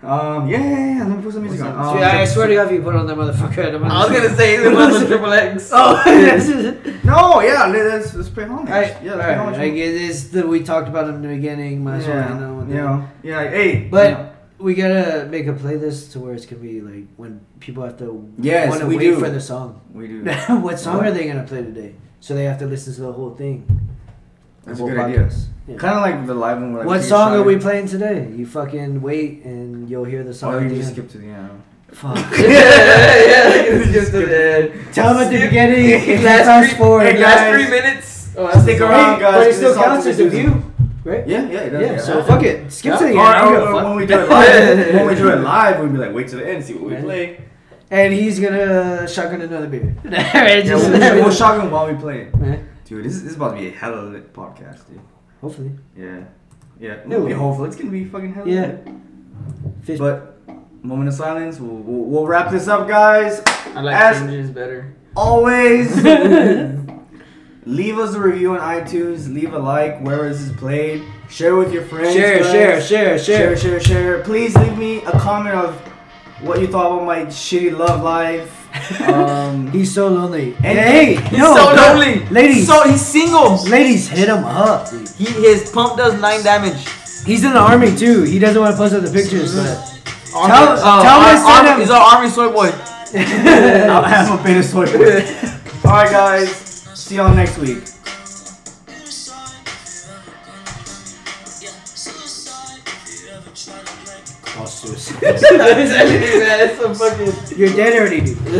Um, yeah, yeah, yeah. Let me put some music on. Um, Dude, I, I swear to God, if you put on that motherfucker, I'm I was gonna say the one with triple X. Oh, this is it. No, yeah. let- Let's let's play homage. Alright, yeah, yeah, let's play homage. I get this. That we talked about in the beginning. Might as well yeah, end on with you that. know, yeah. Hey, But you know. we gotta make a playlist to where it's gonna be like when people have to Yes, want to we wait do. for the song. we do. what song are they gonna play today? So they have to listen to the whole thing. The That's a whole good idea. podcast. Yeah. Kind of like the live one. Where, like, What we song shot are we it. playing today? You fucking wait and you'll hear the song. Oh, at you the just end. skip to the end. Fuck. yeah, yeah, yeah. It's just the end. Tell them at the Skip. beginning. Last Fast three, forward. hey, last guys. three minutes. Oh, Stick the song. around, Hey, guys, but it 'cause still it's all counts as a view, criticism. right? Yeah, yeah, it does, Yeah, so fuck it. Skip to the end. Or, I don't give or, a or fuck. uh, when we do it live, when we do it live, we'd be like, wait till the end, see what we Yeah. play. And he's gonna shotgun another beer. Right, Yeah, just- we'll, we'll, we'll shock 'em while we play. it. Right, Dude, this, this is about to be a hell of a lit podcast, dude. Hopefully. Yeah, yeah. No. We'll be hopeful. It's gonna be fucking hell. of a Yeah. lit. Fish. But moment of silence. We'll, we'll, we'll wrap this up, guys. I like As- fringes better. Always leave us a review on iTunes. Leave a like wherever this is played. Share with your friends. share, guys. share, share, share, share, share, share. Please leave me a comment of what you thought about my shitty love life. Um, He's so lonely. And- hey, He's no, so no, lonely. ladies, So he's single. ladies, hit him up. dude. He his pump does nine damage. He's in the army too. He doesn't want to post up the pictures, but Army, Tell- tell Ar- us Ar- that- he's uh, our army soy boy. I'll have a bit of soy boy. All right, guys. See y'all next week. oh, sus. That's so fucking. you're dead already, dude.